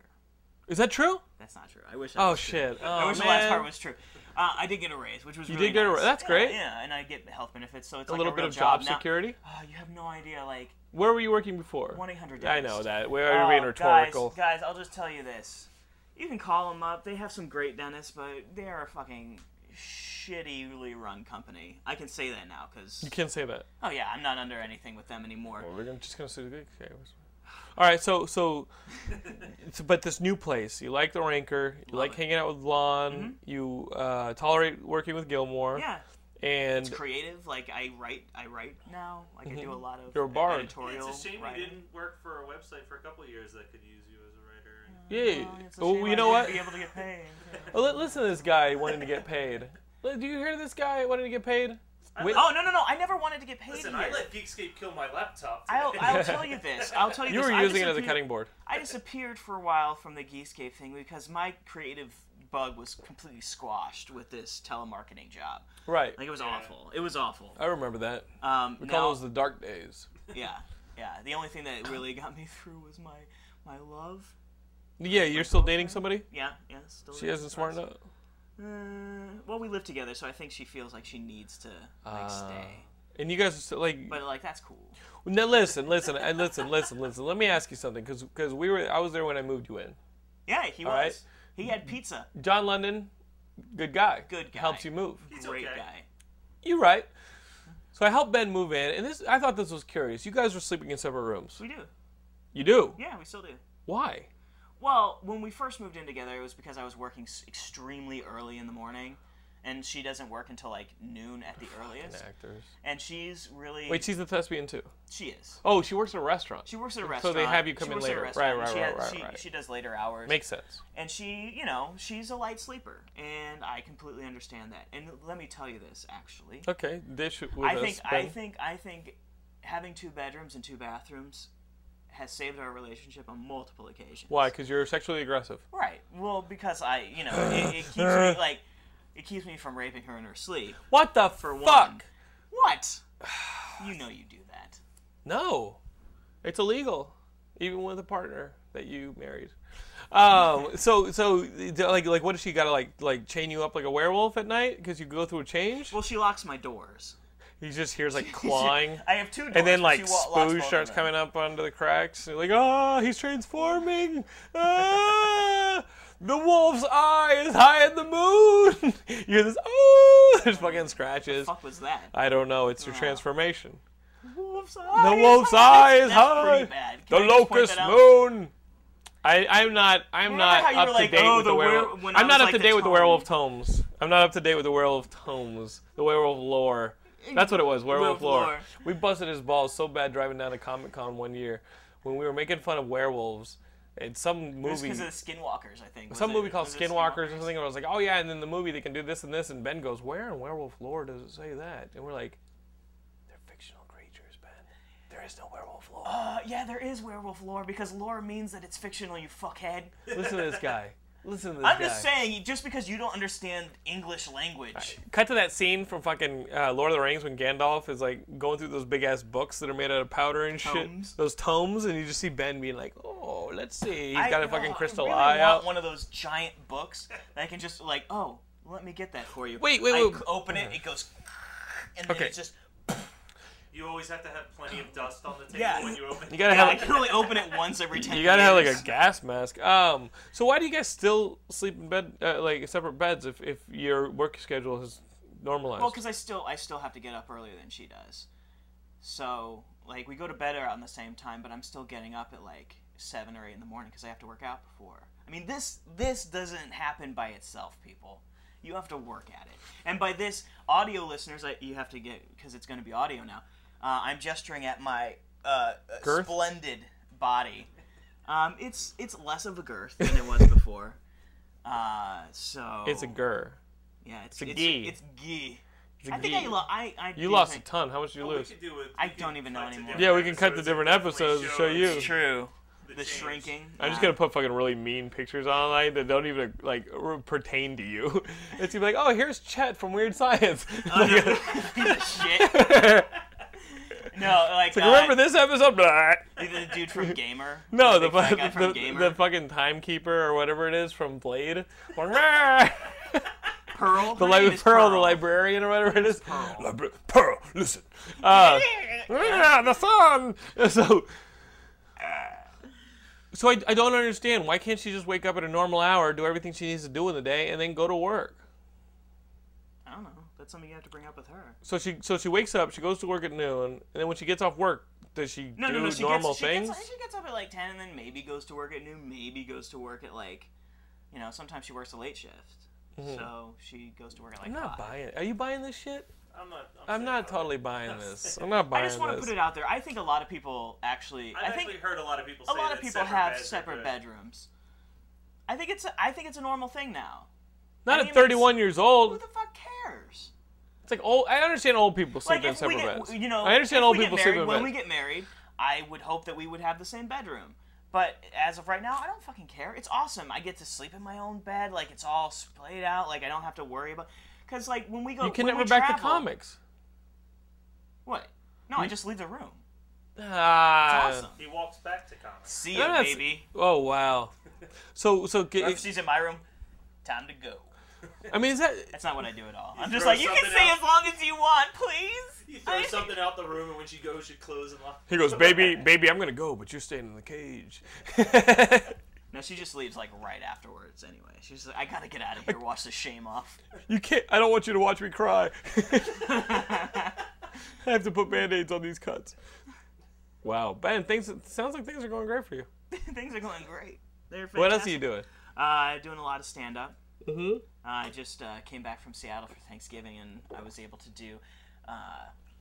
Speaker 1: Is that true?
Speaker 2: That's not true. I wish. That
Speaker 1: Oh
Speaker 2: was true.
Speaker 1: shit! Oh,
Speaker 2: I wish
Speaker 1: man.
Speaker 2: the last part was true. Uh, I did get a raise, which was you really
Speaker 1: did get a
Speaker 2: nice.
Speaker 1: ra- that's
Speaker 2: Yeah,
Speaker 1: great.
Speaker 2: Yeah, and I get health benefits, so it's
Speaker 1: a
Speaker 2: like
Speaker 1: little
Speaker 2: a
Speaker 1: bit
Speaker 2: real
Speaker 1: of job,
Speaker 2: now.
Speaker 1: security.
Speaker 2: Oh, you have no idea, like
Speaker 1: Where were you working before?
Speaker 2: 1-800
Speaker 1: I know
Speaker 2: dentist.
Speaker 1: that. We're being
Speaker 2: Oh,
Speaker 1: rhetorical.
Speaker 2: Guys, guys, I'll just tell you this: you can call them up. They have some great dentists, but they are a fucking shittily run company. I can say that now because
Speaker 1: You can't say that.
Speaker 2: oh yeah, I'm not under anything with them anymore.
Speaker 1: We're gonna, just gonna say the okay. All right, so so, so- but this new place, you like the ranker, you like
Speaker 2: it. Mm-hmm.
Speaker 1: hanging out with Lon, you uh, tolerate working with Gilmore,
Speaker 2: Yeah,
Speaker 1: and
Speaker 2: it's creative. Like I write, I write now. Like I do a lot of
Speaker 1: Mm-hmm. You're a bard.
Speaker 2: editorial.
Speaker 3: It's a shame
Speaker 2: writing.
Speaker 3: you didn't work for a website for a couple of years that could use you as a writer. And
Speaker 1: yeah,
Speaker 2: Oh, it's a
Speaker 1: oh,
Speaker 2: shame
Speaker 1: you
Speaker 2: I
Speaker 1: know
Speaker 2: didn't
Speaker 1: what?
Speaker 2: Be able to get paid.
Speaker 1: Oh, li- listen to this guy wanting to get paid. Li- Do you hear this guy wanting to get paid? Wait-
Speaker 2: Oh no no no! I never wanted to get paid
Speaker 3: Listen,
Speaker 2: here.
Speaker 3: I let Geekscape kill my laptop.
Speaker 2: I'll,
Speaker 3: today.
Speaker 2: I'll tell you this. I'll tell you,
Speaker 1: you
Speaker 2: this.
Speaker 1: were
Speaker 2: I
Speaker 1: using it as a
Speaker 2: disappeared-
Speaker 1: cutting board.
Speaker 2: I disappeared for a while from the Geekscape thing because my creative bug was completely squashed with this telemarketing job.
Speaker 1: Right.
Speaker 2: Like it was awful. It was awful.
Speaker 1: I remember that.
Speaker 2: Um,
Speaker 1: We
Speaker 2: now-
Speaker 1: call those the dark days.
Speaker 2: yeah, yeah. The only thing that really got me through was my my love.
Speaker 1: Yeah, you're still dating somebody?
Speaker 2: Yeah, yeah. Still
Speaker 1: She hasn't smartened up.
Speaker 2: Uh, well, we live together, so I think she feels like she needs to
Speaker 1: Uh,
Speaker 2: like stay.
Speaker 1: And you guys are still like.
Speaker 2: But like that's cool.
Speaker 1: No, listen, listen, and listen, listen, listen. Let me ask you something, because we were. I was there when I moved you in.
Speaker 2: Yeah, he was.
Speaker 1: right.
Speaker 2: He had pizza.
Speaker 1: John London, good guy.
Speaker 2: Good guy.
Speaker 1: Helps you move.
Speaker 3: He's
Speaker 2: Great
Speaker 3: okay.
Speaker 2: guy.
Speaker 1: You're right. So I helped Ben move in, and this. I thought this was curious. You guys were sleeping in separate rooms.
Speaker 2: We do.
Speaker 1: You do.
Speaker 2: Yeah, we still do.
Speaker 1: Why?
Speaker 2: Well, when we first moved in together, it was because I was working s- extremely early in the morning, and she doesn't work until like noon at the earliest.
Speaker 1: Actors.
Speaker 2: And she's really
Speaker 1: Wait, she's a thespian too.
Speaker 2: she is.
Speaker 1: Oh, she works at a restaurant.
Speaker 2: She works at a
Speaker 1: So
Speaker 2: restaurant.
Speaker 1: they have you come
Speaker 2: she
Speaker 1: in
Speaker 2: works at a
Speaker 1: later.
Speaker 2: restaurant,
Speaker 1: Right,
Speaker 2: and
Speaker 1: right,
Speaker 2: she
Speaker 1: right,
Speaker 2: has-
Speaker 1: right,
Speaker 2: she,
Speaker 1: right.
Speaker 2: she does later hours.
Speaker 1: Makes sense.
Speaker 2: and she, you know, she's a light sleeper, and I completely understand that. And let me tell you this, actually,
Speaker 1: Okay, dish with
Speaker 2: I
Speaker 1: us.
Speaker 2: think I
Speaker 1: Ben.
Speaker 2: think I think having two bedrooms and two bathrooms has saved our relationship on multiple occasions.
Speaker 1: Why? Because you're sexually aggressive.
Speaker 2: Right. Well, because I, you know, it, it keeps me like, it keeps me from raping her in her sleep.
Speaker 1: What the
Speaker 2: For one.
Speaker 1: fuck?
Speaker 2: What? You know you do that.
Speaker 1: No, it's illegal, even with a partner that you married. Um, so so like like what does she got to like like chain you up like a werewolf at night because you go through a change?
Speaker 2: Well, she locks my doors.
Speaker 1: He just hears like clawing.
Speaker 2: I have two doors.
Speaker 1: And then
Speaker 2: but
Speaker 1: like
Speaker 2: she wa- locks both
Speaker 1: spoo
Speaker 2: of
Speaker 1: starts
Speaker 2: them.
Speaker 1: coming up under the cracks. And you're like, oh, he's transforming. Ah, the wolf's eye is high in the moon. you hear this? Oh, there's fucking scratches.
Speaker 2: Fuck was that?
Speaker 1: I don't know. It's your transformation.
Speaker 2: Wolf's
Speaker 1: The
Speaker 2: eye.
Speaker 1: wolf's eye
Speaker 2: That's-
Speaker 1: is
Speaker 2: that's
Speaker 1: high.
Speaker 2: pretty bad.
Speaker 1: The
Speaker 2: Can I just point
Speaker 1: locust
Speaker 2: that out?
Speaker 1: moon. I, I'm not. I'm
Speaker 2: Remember
Speaker 1: not
Speaker 2: how you
Speaker 1: up
Speaker 2: were
Speaker 1: to
Speaker 2: like,
Speaker 1: date
Speaker 2: "Oh,
Speaker 1: with the,
Speaker 2: the were-
Speaker 1: werewolf.
Speaker 2: when I
Speaker 1: I'm not
Speaker 2: was
Speaker 1: up
Speaker 2: like
Speaker 1: to
Speaker 2: the
Speaker 1: date with the
Speaker 2: tome."
Speaker 1: werewolf tomes. I'm not up to date with the werewolf tomes. The werewolf lore. That's what it was. Werewolf
Speaker 2: Werewolf
Speaker 1: lore.
Speaker 2: lore.
Speaker 1: We busted his balls so bad driving down to Comic Con one year when we were making fun of werewolves. in some
Speaker 2: It's
Speaker 1: movie
Speaker 2: because of the Skinwalkers, I think. was
Speaker 1: some
Speaker 2: it-
Speaker 1: movie called
Speaker 2: was it
Speaker 1: Skinwalkers or something. And I was like, oh yeah, and in the movie they can do this and this. And Ben goes, where in Werewolf lore does it say that? And we're like, they're fictional creatures, Ben. There is no werewolf lore.
Speaker 2: Uh, yeah, there is werewolf lore because lore means that it's fictional. You fuckhead.
Speaker 1: Listen to this guy. Listen to this
Speaker 2: I'm
Speaker 1: guy.
Speaker 2: just saying, just because you don't understand English language,
Speaker 1: Cut to that scene from fucking uh, Lord of the Rings when Gandalf is like going through those big ass books that are made out of powder and
Speaker 2: Tomes.
Speaker 1: shit. Those tomes, and you just see Ben being like, oh, let's see. He's got
Speaker 2: I-
Speaker 1: a fucking
Speaker 2: oh,
Speaker 1: crystal
Speaker 2: I really
Speaker 1: eye
Speaker 2: want
Speaker 1: out.
Speaker 2: One of those giant books that I can just like, oh, let me get that for you.
Speaker 1: Wait, wait,
Speaker 2: I
Speaker 1: wait.
Speaker 2: c- open it, it goes, and then
Speaker 1: Okay.
Speaker 2: it's just
Speaker 3: You always have to have plenty of dust on the table
Speaker 2: Yeah.
Speaker 3: when you open.
Speaker 1: You gotta
Speaker 2: yeah, I
Speaker 1: have.
Speaker 2: can only open it once every ten.
Speaker 1: You gotta have like
Speaker 2: years.
Speaker 1: a gas mask. Um, so why do you guys still sleep in bed, uh, like separate beds, if, if your work schedule is normalized?
Speaker 2: Well, because I still I still have to get up earlier than she does, so like we go to bed around the same time, but I'm still getting up at like seven or eight in the morning because I have to work out before. I mean this this doesn't happen by itself, people. You have to work at it, and by this, audio listeners, I, you have to get because it's going to be audio now. Uh, I'm gesturing at my uh, uh,
Speaker 1: Girth?
Speaker 2: splendid body. Um, it's it's less of a girth than it was before. Uh, so
Speaker 1: it's a gur.
Speaker 2: yeah, it's,
Speaker 1: a
Speaker 2: it's
Speaker 1: gee.
Speaker 2: It's gee.
Speaker 1: It's a
Speaker 2: I think
Speaker 1: gee.
Speaker 2: I, lo- I, I
Speaker 1: you
Speaker 2: do
Speaker 1: lost a
Speaker 2: think-
Speaker 1: ton. How much did you
Speaker 3: We
Speaker 1: lose?
Speaker 3: could do it.
Speaker 2: I
Speaker 3: we could
Speaker 2: don't even know
Speaker 3: cut to
Speaker 2: anymore.
Speaker 1: Yeah, we can cut
Speaker 3: episodes
Speaker 1: the different
Speaker 3: and definitely
Speaker 1: episodes and show you.
Speaker 3: the
Speaker 2: True. The
Speaker 3: change.
Speaker 2: shrinking.
Speaker 1: I'm just gonna put fucking really mean pictures online that don't even like r- pertain to you. It's gonna be like, oh, here's Chet from Weird Science. Like,
Speaker 2: gonna shit. No, like, uh,
Speaker 1: Remember this episode? Blah.
Speaker 2: The dude from Gamer.
Speaker 1: No, the,
Speaker 2: the, big fat guy
Speaker 1: the,
Speaker 2: from
Speaker 1: the,
Speaker 2: Gamer.
Speaker 1: the fucking timekeeper or whatever it is from Blade. Like,
Speaker 2: Pearl.
Speaker 1: The li- Pearl, the librarian or whatever it is.
Speaker 2: Pearl.
Speaker 1: Libra- Pearl, listen. Uh, yeah, the sun. So, so I, I don't understand. Why can't she just wake up at a normal hour, do everything she needs to do in the day, and then go to work?
Speaker 2: I don't know. That's something you have to bring up with her.
Speaker 1: So she so she wakes up, she goes to work at noon, and then when she gets off work, does she
Speaker 2: No,
Speaker 1: do
Speaker 2: no, no. She
Speaker 1: normal
Speaker 2: gets, she
Speaker 1: things?
Speaker 2: Gets, she gets up at like ten, and then maybe goes to work at noon. Maybe goes to work at like, you know, sometimes she works a late shift. So she goes to work at like
Speaker 1: Mm-hmm. I'm not
Speaker 2: five.
Speaker 1: buying. Are you buying this shit?
Speaker 3: I'm not. I'm,
Speaker 1: I'm
Speaker 3: saying
Speaker 1: not
Speaker 3: no.
Speaker 1: totally buying this. I'm not buying
Speaker 2: I just want to
Speaker 1: this.
Speaker 2: put it out there. I think a lot of people actually.
Speaker 3: I've
Speaker 2: I think
Speaker 3: actually heard a lot of people.
Speaker 2: a
Speaker 3: say
Speaker 2: lot
Speaker 3: that
Speaker 2: of people
Speaker 3: separate
Speaker 2: have
Speaker 3: beds are
Speaker 2: separate
Speaker 3: good.
Speaker 2: bedrooms. I think it's a, I think it's a normal thing now.
Speaker 1: not
Speaker 2: I mean,
Speaker 1: at
Speaker 2: it's-
Speaker 1: 31 years
Speaker 2: Who
Speaker 1: old.
Speaker 2: the fuck cares?
Speaker 1: It's like old. I understand old people sleep in
Speaker 2: if we
Speaker 1: separate
Speaker 2: get,
Speaker 1: beds.
Speaker 2: you know,
Speaker 1: I understand
Speaker 2: if
Speaker 1: old
Speaker 2: we get
Speaker 1: people
Speaker 2: married,
Speaker 1: sleep in beds.
Speaker 2: when we get married. I would hope that we would have the same bedroom, but as of right now, I don't fucking care. It's awesome. I get to sleep in my own bed. Like it's all splayed out. Like I don't have to worry about. Because like when we go,
Speaker 1: You can
Speaker 2: when
Speaker 1: never
Speaker 2: we
Speaker 1: back to
Speaker 2: travel-
Speaker 1: comics.
Speaker 2: What? No, I just leave the room.
Speaker 1: Ah.
Speaker 2: Awesome.
Speaker 3: He walks back to comics.
Speaker 2: See
Speaker 1: Yeah,
Speaker 2: ya,
Speaker 1: that's-
Speaker 2: baby.
Speaker 1: Oh wow. So so
Speaker 2: Or If
Speaker 1: get,
Speaker 2: she's in my room, time to go.
Speaker 1: I mean is that
Speaker 2: That's not what I do at all. I'm just
Speaker 3: throw
Speaker 2: like, you can
Speaker 3: something
Speaker 2: stay
Speaker 3: out.
Speaker 2: as long as you want, please.
Speaker 3: You
Speaker 2: I
Speaker 3: throw
Speaker 2: just-
Speaker 3: something out the room, and when she goes, you close and lock.
Speaker 1: he goes baby baby I'm gonna go but you're staying in the cage.
Speaker 2: No, she just leaves like right afterwards. Anyway, she's like, I gotta get out of here. Wash the shame off.
Speaker 1: you can't. I don't want you to watch me cry. I have to put band aids on these cuts. Wow, Ben. Things it sounds like things are going great for you.
Speaker 2: Things are going great. They're fantastic.
Speaker 1: What else are you doing?
Speaker 2: Uh, doing a lot of stand up. Mm-hmm. Uh, I just uh, came back from Seattle for Thanksgiving, and I was able to do. Uh,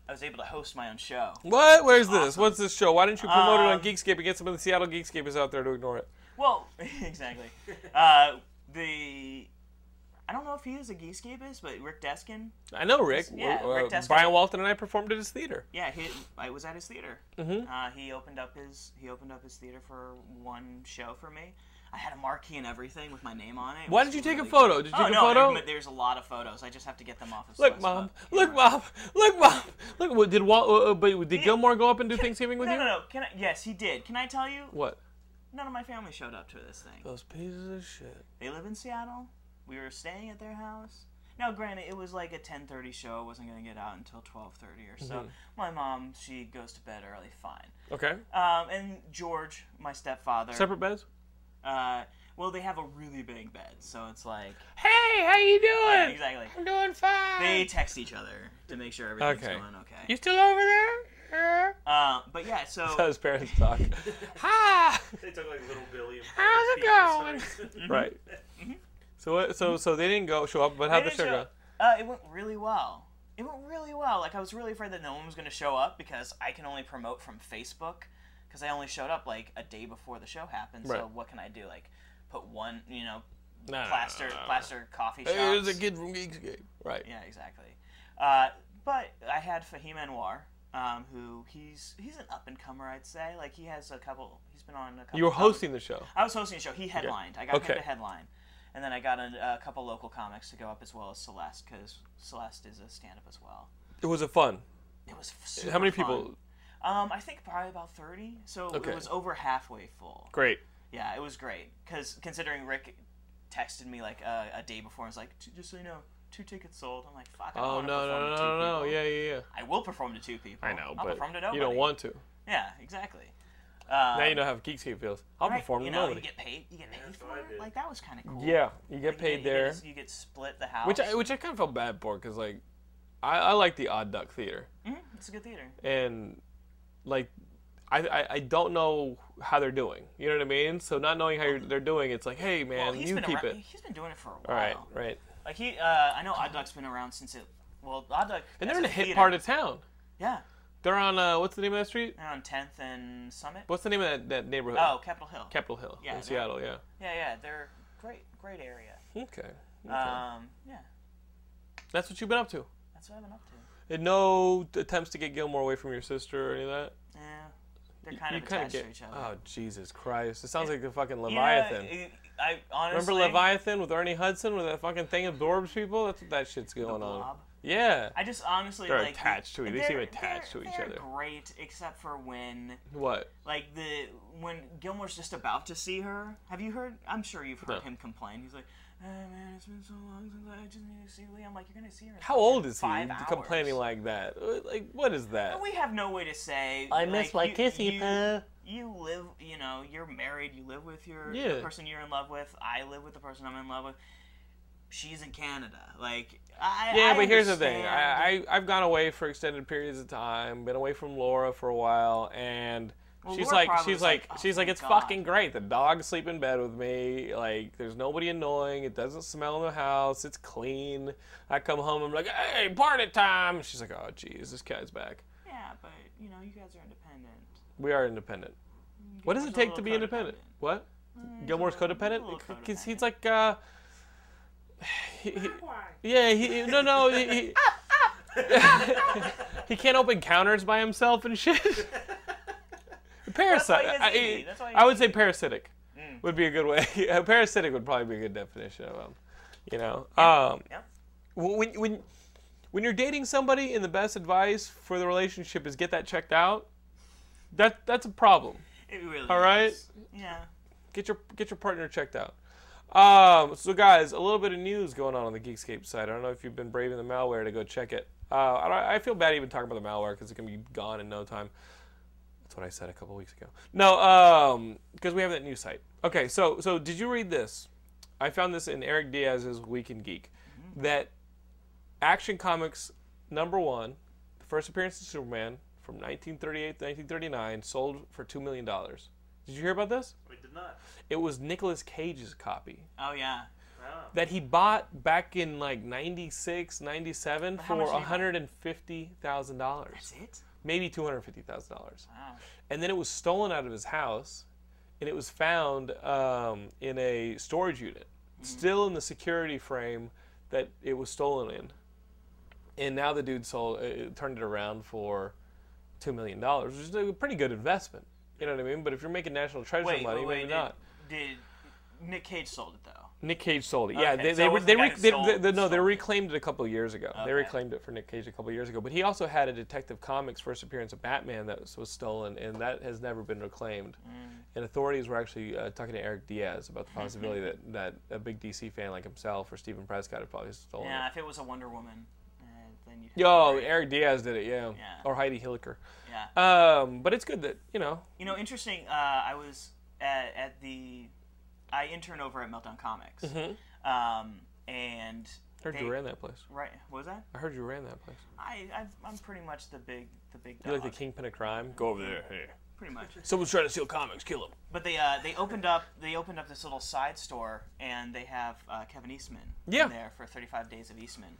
Speaker 2: I was able to host my own show.
Speaker 1: What? Where's this? What's this show? Why didn't you promote it on
Speaker 2: Um,
Speaker 1: Geekscape and get some of the Seattle Geekscape is out there to ignore it?
Speaker 2: Well, exactly. Uh, the I don't know if he is a Geekscapist, but Rick Deskin.
Speaker 1: I know Rick.
Speaker 2: Yeah,
Speaker 1: Uh,
Speaker 2: Rick Deskin.
Speaker 1: Brian Walton and I performed at his theater.
Speaker 2: Yeah, he, I was at his theater. Mm-hmm. Uh, he opened up his he opened up his theater for one show for me. I had a marquee and everything with my name on it. It
Speaker 1: Why
Speaker 2: was
Speaker 1: did you take a
Speaker 2: really
Speaker 1: photo?
Speaker 2: cool.
Speaker 1: Did you take
Speaker 2: oh,
Speaker 1: a
Speaker 2: no,
Speaker 1: photo?
Speaker 2: there- there's a lot of photos. I just have to get them off of.
Speaker 1: Look,
Speaker 2: Celeste's
Speaker 1: mom.
Speaker 2: phone.
Speaker 1: Look, mom. Look, mom. Look, what did Wal- uh, uh, but did Gilmore go up and do Thanksgiving with
Speaker 2: No,
Speaker 1: you?
Speaker 2: no, no. Can I? Yes, he did. Can I tell you?
Speaker 1: What?
Speaker 2: None of my family showed up to this thing.
Speaker 1: Those pieces of shit.
Speaker 2: They live in Seattle. We were staying at their house. Now, granted, it was like a 10:30 show. I wasn't gonna get out until 12:30 or so.
Speaker 1: Mm-hmm.
Speaker 2: My mom, she goes to bed early. Fine.
Speaker 1: Okay.
Speaker 2: Um, and George, my stepfather.
Speaker 1: Separate beds.
Speaker 2: Uh, well, they have a really big bed, so it's like
Speaker 1: Hey, how you doing?
Speaker 2: exactly.
Speaker 1: I'm doing fine.
Speaker 2: They text each other to make sure everything's
Speaker 1: Okay.
Speaker 2: going okay.
Speaker 1: you still over there? Yeah.
Speaker 2: Uh, but yeah, so Mm-hmm.
Speaker 1: his parents talk. ha!
Speaker 3: They took like little Billy. and
Speaker 1: How's it
Speaker 3: Pete and stuff.
Speaker 1: Right. So what? So so they didn't go show up, but how'd
Speaker 2: Mm-hmm. They
Speaker 1: the show
Speaker 2: didn't
Speaker 1: go?
Speaker 2: show- Uh, it went really well. It went really well. Like I was really afraid that no one was going to show up because I can only promote from Facebook because I only showed up like a day before the show happened.
Speaker 1: Right.
Speaker 2: So what can I do? Like put one, you know,
Speaker 1: No, no, no,
Speaker 2: plaster
Speaker 1: no, no.
Speaker 2: plaster coffee shops.
Speaker 1: Hey, it was a kid from Geekscape. Right.
Speaker 2: Yeah, exactly. Uh, but I had Fahim Anwar, um, who he's he's an up and comer, I'd say. Like he has a couple. He's been on a couple.
Speaker 1: You were
Speaker 2: comic-
Speaker 1: hosting the show.
Speaker 2: I was hosting a show. He headlined. I got
Speaker 1: Okay.
Speaker 2: him to headline, and then I got a, a couple local comics to go up as well as Celeste, because Celeste is a stand-up as well.
Speaker 1: It was a fun.
Speaker 2: It was f- super
Speaker 1: How many
Speaker 2: fun.
Speaker 1: people?
Speaker 2: Um, I think probably about thirty. So
Speaker 1: Okay.
Speaker 2: it was over halfway full.
Speaker 1: Great.
Speaker 2: Yeah, it was great because considering Rick texted me like uh, a day before and was like, "T- just so you know, two tickets sold. I'm like, fuck. I don't
Speaker 1: Oh no
Speaker 2: wanna
Speaker 1: no no
Speaker 2: perform to two
Speaker 1: no no!
Speaker 2: people.
Speaker 1: Yeah yeah yeah.
Speaker 2: I will perform to two people.
Speaker 1: I know,
Speaker 2: I'll
Speaker 1: but
Speaker 2: perform to
Speaker 1: you
Speaker 2: nobody.
Speaker 1: don't want to.
Speaker 2: Yeah, exactly. Uh,
Speaker 1: now you know how Geekscape feels. I'll
Speaker 2: right,
Speaker 1: perform
Speaker 2: you
Speaker 1: to
Speaker 2: know,
Speaker 1: nobody.
Speaker 2: you get paid. You get paid
Speaker 3: that's
Speaker 2: for
Speaker 3: what I
Speaker 2: it.
Speaker 3: did.
Speaker 2: Like that was kind of cool.
Speaker 1: yeah, you get
Speaker 2: You
Speaker 1: paid
Speaker 2: you
Speaker 1: there,
Speaker 2: Get, you get split the house.
Speaker 1: which I which I kind of felt bad for because like, I, I like the Odd Duck Theater
Speaker 2: Mhm, it's a good theater.
Speaker 1: and like. I, I, I don't know how they're doing. You know what I mean? So not knowing how you're, they're doing, it's like, hey man,
Speaker 2: well, he's
Speaker 1: you
Speaker 2: been
Speaker 1: keep
Speaker 2: around, Oh.
Speaker 1: it.
Speaker 2: He's been doing it for a while.
Speaker 1: All right, right.
Speaker 2: Like he, uh, I know Odd Duck's been around since it. Well, Odd Duck.
Speaker 1: And
Speaker 2: as
Speaker 1: they're in a
Speaker 2: a
Speaker 1: hit
Speaker 2: theater-
Speaker 1: part of town.
Speaker 2: Yeah,
Speaker 1: They're on uh, what's the name of that street?
Speaker 2: they're on Tenth and Summit.
Speaker 1: What's the name of that, that neighborhood?
Speaker 2: Oh, Capitol Hill.
Speaker 1: Capitol Hill
Speaker 2: Yeah,
Speaker 1: in
Speaker 2: they're-
Speaker 1: Seattle. Yeah.
Speaker 2: yeah, yeah, they're great, great area.
Speaker 1: Okay. okay.
Speaker 2: Um, yeah,
Speaker 1: That's what you've been up to.
Speaker 2: that's what I've been up to.
Speaker 1: And no attempts to get Gilmore away from your sister or any of that.
Speaker 2: Yeah, they're kind
Speaker 1: you
Speaker 2: of
Speaker 1: kinda
Speaker 2: attached to each other.
Speaker 1: Oh Jesus Christ! It sounds like the fucking
Speaker 2: You know,
Speaker 1: Leviathan.
Speaker 2: it- I honestly
Speaker 1: Remember Leviathan with Ernie Hudson, where that fucking thing absorbs people? That's what that shit's going on.
Speaker 2: Blob?
Speaker 1: Yeah.
Speaker 2: I just honestly
Speaker 1: They're
Speaker 2: like
Speaker 1: attached to it. They seem
Speaker 2: they're-
Speaker 1: attached
Speaker 2: they're-
Speaker 1: to each
Speaker 2: they're
Speaker 1: other.
Speaker 2: Great, except for when
Speaker 1: What?
Speaker 2: like the when Gilmore's just about to see her. Have you heard? I'm sure you've heard
Speaker 1: No.
Speaker 2: him complain. He's like, "Ah, man, it's been so long since I just need to see Lee." I'm like, "You're gonna see her." in
Speaker 1: How
Speaker 2: fucking
Speaker 1: old is he?
Speaker 2: five
Speaker 1: to Complaining
Speaker 2: hours."
Speaker 1: like that? Uh, Like what is that?
Speaker 2: And we have no way to say. like, you- you- you live, you know, you're married, you live with your the
Speaker 1: Yeah.
Speaker 2: person you're in love with. I live with the person I'm in love with. She's in Canada. Like, I.
Speaker 1: Yeah,
Speaker 2: I
Speaker 1: but here's the thing.
Speaker 2: understand.
Speaker 1: I, I I've gone away for extended periods of time. Been away from Laura for a while, and
Speaker 2: Well,
Speaker 1: she's
Speaker 2: Laura
Speaker 1: like,
Speaker 2: probably
Speaker 1: she's
Speaker 2: was like,
Speaker 1: like,
Speaker 2: "Oh,
Speaker 1: she's like,
Speaker 2: thank
Speaker 1: it's
Speaker 2: God."
Speaker 1: fucking great. The dogs sleep in bed with me. Like, there's nobody annoying. It doesn't smell in the house. It's clean. I come home. I'm like, hey, party time. She's like, oh, geez, this guy's back.
Speaker 2: Yeah, but, you know, you guys are independent.
Speaker 1: We are independent. What does it
Speaker 2: Gilmore's a
Speaker 1: take to
Speaker 2: little
Speaker 1: be independent?
Speaker 2: codependent.
Speaker 1: What? Gilmore's
Speaker 2: Mm, he's a little-
Speaker 1: codependent
Speaker 2: a little
Speaker 1: because he's
Speaker 2: codependent.
Speaker 1: like, uh, he- he- yeah, he no no he, he, he can't open counters by himself and shit. Parasite.
Speaker 2: That's why
Speaker 1: I,
Speaker 2: he has Mm. ED. That's why he
Speaker 1: I would
Speaker 2: has
Speaker 1: say parasitic would be a good way. parasitic would probably be a good definition of him. You know. Um,
Speaker 2: Yeah.
Speaker 1: when when when you're dating somebody and the best advice for the relationship is get that checked out. That that's a problem.
Speaker 2: It really
Speaker 1: All right.
Speaker 2: is. Yeah.
Speaker 1: Get your get your partner checked out. Um, so guys, a little bit of news going on on the Geekscape site. I don't know if you've been braving the malware to go check it. Uh, I, don't- I feel bad even talking about the malware because it can be gone in no time. That's what I said a couple weeks ago. No, because we have that new site. Okay, so so did you read this? I found this in Eric Diaz's Week in Geek that Action Comics number one, the first appearance of Superman from 1938 to 1939, sold for two million dollars. Did you hear about this?
Speaker 3: We did not.
Speaker 1: It was Nicolas Cage's copy
Speaker 2: Oh, yeah.
Speaker 3: Wow.
Speaker 1: that he bought back in like 96, 97
Speaker 2: how
Speaker 1: for
Speaker 2: much did he buy?
Speaker 1: $150,000,
Speaker 2: That's it?
Speaker 1: maybe $250,000.
Speaker 2: Wow.
Speaker 1: And then it was stolen out of his house and
Speaker 2: Mm-hmm.
Speaker 1: it was found um, in a storage unit, still in the security frame that it was stolen in, and now the dude sold uh, turned it around for two million dollars, which is a pretty good investment. You know what I mean? But if you're making national treasure
Speaker 2: Wait,
Speaker 1: money,
Speaker 2: wait,
Speaker 1: maybe
Speaker 2: wait, did,
Speaker 1: not.
Speaker 2: did Nick Cage sold it though?
Speaker 1: Nick Cage sold it. Yeah,
Speaker 2: Okay,
Speaker 1: they,
Speaker 2: so
Speaker 1: they, re-
Speaker 2: it was
Speaker 1: they,
Speaker 2: the guy
Speaker 1: re-
Speaker 2: who
Speaker 1: they,
Speaker 2: sold-
Speaker 1: they- they- no, they
Speaker 2: sold it.
Speaker 1: reclaimed it a couple of years ago. They
Speaker 2: Okay.
Speaker 1: reclaimed it for Nick Cage a couple of years ago. But he also had a Detective Comics first appearance of Batman that was, was stolen, and that has never been reclaimed.
Speaker 2: Mm.
Speaker 1: And authorities were actually uh, talking to Eric Diaz about the possibility that, that a big DC fan like himself or Stephen Prescott had probably stolen
Speaker 2: Yeah,
Speaker 1: it.
Speaker 2: if it was a Wonder Woman, uh, then you'd.
Speaker 1: Yo, Eric Diaz did it, yeah.
Speaker 2: Yeah.
Speaker 1: Or Heidi Hilliker.
Speaker 2: Yeah.
Speaker 1: Um, but it's good that, you know,
Speaker 2: You know, interesting. Uh, I was at, at the, I intern over at Meltdown Comics, um, and
Speaker 1: I Mm-hmm. heard
Speaker 2: they-
Speaker 1: you ran that place.
Speaker 2: right. What was that?
Speaker 1: I heard you ran that place.
Speaker 2: I I've, I'm pretty much the big the big
Speaker 1: You're
Speaker 2: dog,
Speaker 1: like the kingpin of crime. Go over there. Hey.
Speaker 2: pretty much.
Speaker 1: Someone's trying to steal comics. Kill him.
Speaker 2: But they uh, they opened up they opened up this little side store, and they have uh, Kevin Eastman
Speaker 1: Yeah.
Speaker 2: in there for 35 Days of Eastman.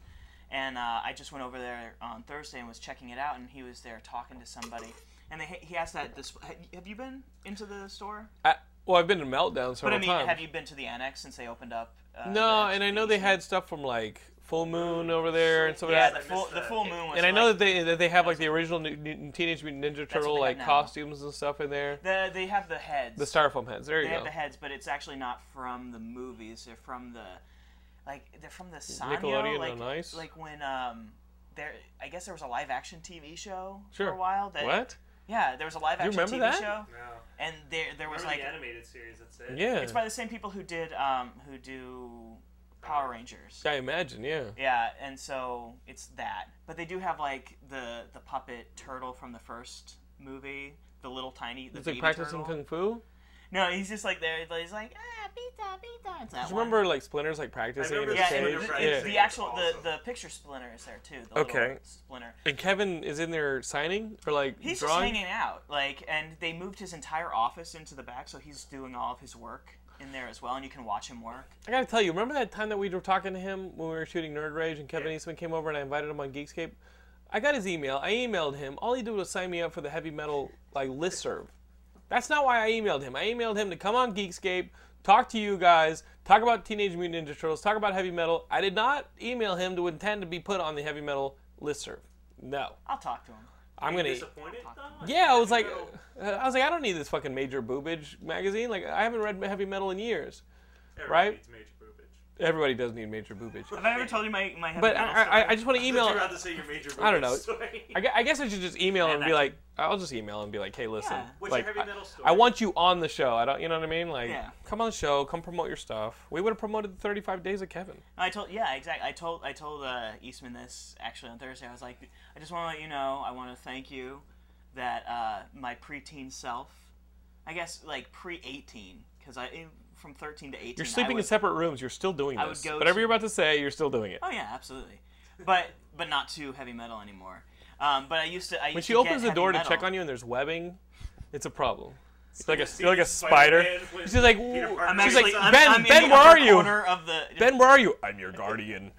Speaker 2: And uh, I just went over there on Thursday and was checking it out, and he was there talking to somebody. And they, he asked that this. Have you been into the store?
Speaker 1: I, well, I've been to Meltdown
Speaker 2: But
Speaker 1: several
Speaker 2: I mean,
Speaker 1: times.
Speaker 2: have you been to the annex since they opened up? Uh,
Speaker 1: no,
Speaker 2: the-
Speaker 1: and I know they
Speaker 2: the-
Speaker 1: had stuff from like Full Moon over there and some
Speaker 2: Yeah,
Speaker 1: of
Speaker 2: the
Speaker 1: that.
Speaker 2: full, the full moon was.
Speaker 1: and I know
Speaker 2: like-
Speaker 1: that they that they have like the original New, New- Teenage Mutant Ninja Turtle
Speaker 2: they have
Speaker 1: like
Speaker 2: now.
Speaker 1: costumes and stuff in there.
Speaker 2: the, they have the heads.
Speaker 1: The styrofoam heads. There you
Speaker 2: they
Speaker 1: go.
Speaker 2: have the heads, but it's actually not from the movies. They're from the, like they're from the Sanyo,
Speaker 1: Nickelodeon
Speaker 2: like,
Speaker 1: on Ice?
Speaker 2: Like when um, there I guess there was a live action TV show
Speaker 1: Sure.
Speaker 2: for a while. That
Speaker 1: What?
Speaker 2: Yeah, there was a live action
Speaker 1: remember
Speaker 2: TV
Speaker 1: that?
Speaker 2: show,
Speaker 3: No.
Speaker 2: and there there was
Speaker 3: Remember
Speaker 2: like
Speaker 3: the animated series? That's it.
Speaker 1: Yeah.
Speaker 2: it's by the same people who did um who do Power Rangers.
Speaker 1: I imagine. Yeah.
Speaker 2: Yeah, and so it's that. But they do have like the the puppet turtle from the first movie, the little tiny. The
Speaker 1: It's like
Speaker 2: baby
Speaker 1: practicing
Speaker 2: turtle.
Speaker 1: kung fu.
Speaker 2: No, he's just like there. He's like ah, pizza, pizza. It's that
Speaker 1: Do you
Speaker 2: one.
Speaker 1: remember like Splinter's like practicing in
Speaker 3: remember
Speaker 1: his
Speaker 2: Yeah,
Speaker 3: the
Speaker 1: cage?
Speaker 2: and
Speaker 3: Splinter
Speaker 2: the,
Speaker 3: Fried
Speaker 1: yeah.
Speaker 2: the
Speaker 3: Chicken.
Speaker 2: actual
Speaker 3: Awesome.
Speaker 2: the the picture splinter is there too. The little
Speaker 1: Okay.
Speaker 2: splinter.
Speaker 1: And Kevin is in there signing or like
Speaker 2: He's just
Speaker 1: drawing.
Speaker 2: hanging out, like, and they moved his entire office into the back, so he's doing all of his work in there as well, and you can watch him work.
Speaker 1: I gotta tell you, remember that time that we were talking to him when we were shooting Nerd Rage and Kevin
Speaker 3: Yeah.
Speaker 1: Eastman came over and I invited him on Geekscape? I got his email. I emailed him. All he did was sign me up for the heavy metal like listserv. That's not why I emailed him. I emailed him to come on Geekscape, talk to you guys, talk about Teenage Mutant Ninja Turtles, talk about heavy metal. I did not email him to intend to be put on the heavy metal listserv. No.
Speaker 2: I'll talk to him.
Speaker 1: I'm gonna e-,
Speaker 3: Disappointed though.
Speaker 1: yeah, I was like,
Speaker 3: Metal.
Speaker 1: uh, I was like, I don't need this fucking Major Boobage magazine. Like, I haven't read heavy metal in years.
Speaker 3: Everybody
Speaker 1: right?
Speaker 3: needs Major Boobage.
Speaker 1: Everybody does need Major Boobage.
Speaker 2: Have I ever told you my my? heavy
Speaker 1: But
Speaker 2: metal
Speaker 1: I, I,
Speaker 2: story?
Speaker 1: I just want to email.
Speaker 3: You're about to say your Major Boobage
Speaker 1: I don't know.
Speaker 3: story.
Speaker 1: I, gue- I guess I should just email and be
Speaker 2: that's-
Speaker 1: like, I'll just email and be like, hey, listen,
Speaker 2: Yeah.
Speaker 3: What's
Speaker 1: like,
Speaker 3: your
Speaker 1: I,
Speaker 3: heavy metal story?
Speaker 1: I want you on the show. I don't, you know what I mean? Like,
Speaker 2: Yeah.
Speaker 1: come on the show, come promote your stuff. We would have promoted the 35 Days of Kevin.
Speaker 2: I told yeah exactly. I told I told uh, Eastman this actually on Thursday. I was like, I just want to let you know. I want to thank you that uh, my preteen self, I guess like pre eighteen, because I in- from thirteen to eighteen.
Speaker 1: You're sleeping
Speaker 2: I
Speaker 1: in
Speaker 2: was,
Speaker 1: separate rooms. You're still doing
Speaker 2: would
Speaker 1: this.
Speaker 2: go
Speaker 1: Whatever
Speaker 2: to-
Speaker 1: you're about to say, you're still doing it.
Speaker 2: Oh yeah, absolutely. But but not to heavy metal anymore. Um, but I used to. I used
Speaker 1: When she
Speaker 2: to
Speaker 1: opens
Speaker 2: get
Speaker 1: the door
Speaker 2: heavy
Speaker 1: to check
Speaker 2: metal.
Speaker 1: on you and there's webbing, it's a problem. It's like a,
Speaker 3: See
Speaker 1: you're like a
Speaker 3: Spider-Man
Speaker 1: spider.
Speaker 3: with
Speaker 1: She's like,
Speaker 3: Peter
Speaker 1: "Ooh."
Speaker 3: Parker.
Speaker 2: I'm
Speaker 1: she's
Speaker 2: actually,
Speaker 1: like,
Speaker 2: I'm,
Speaker 1: Ben,
Speaker 2: I'm in
Speaker 1: Ben,
Speaker 2: the
Speaker 1: where
Speaker 2: upper
Speaker 1: are you?
Speaker 2: Corner of the,
Speaker 1: Ben, where are you? I'm your guardian.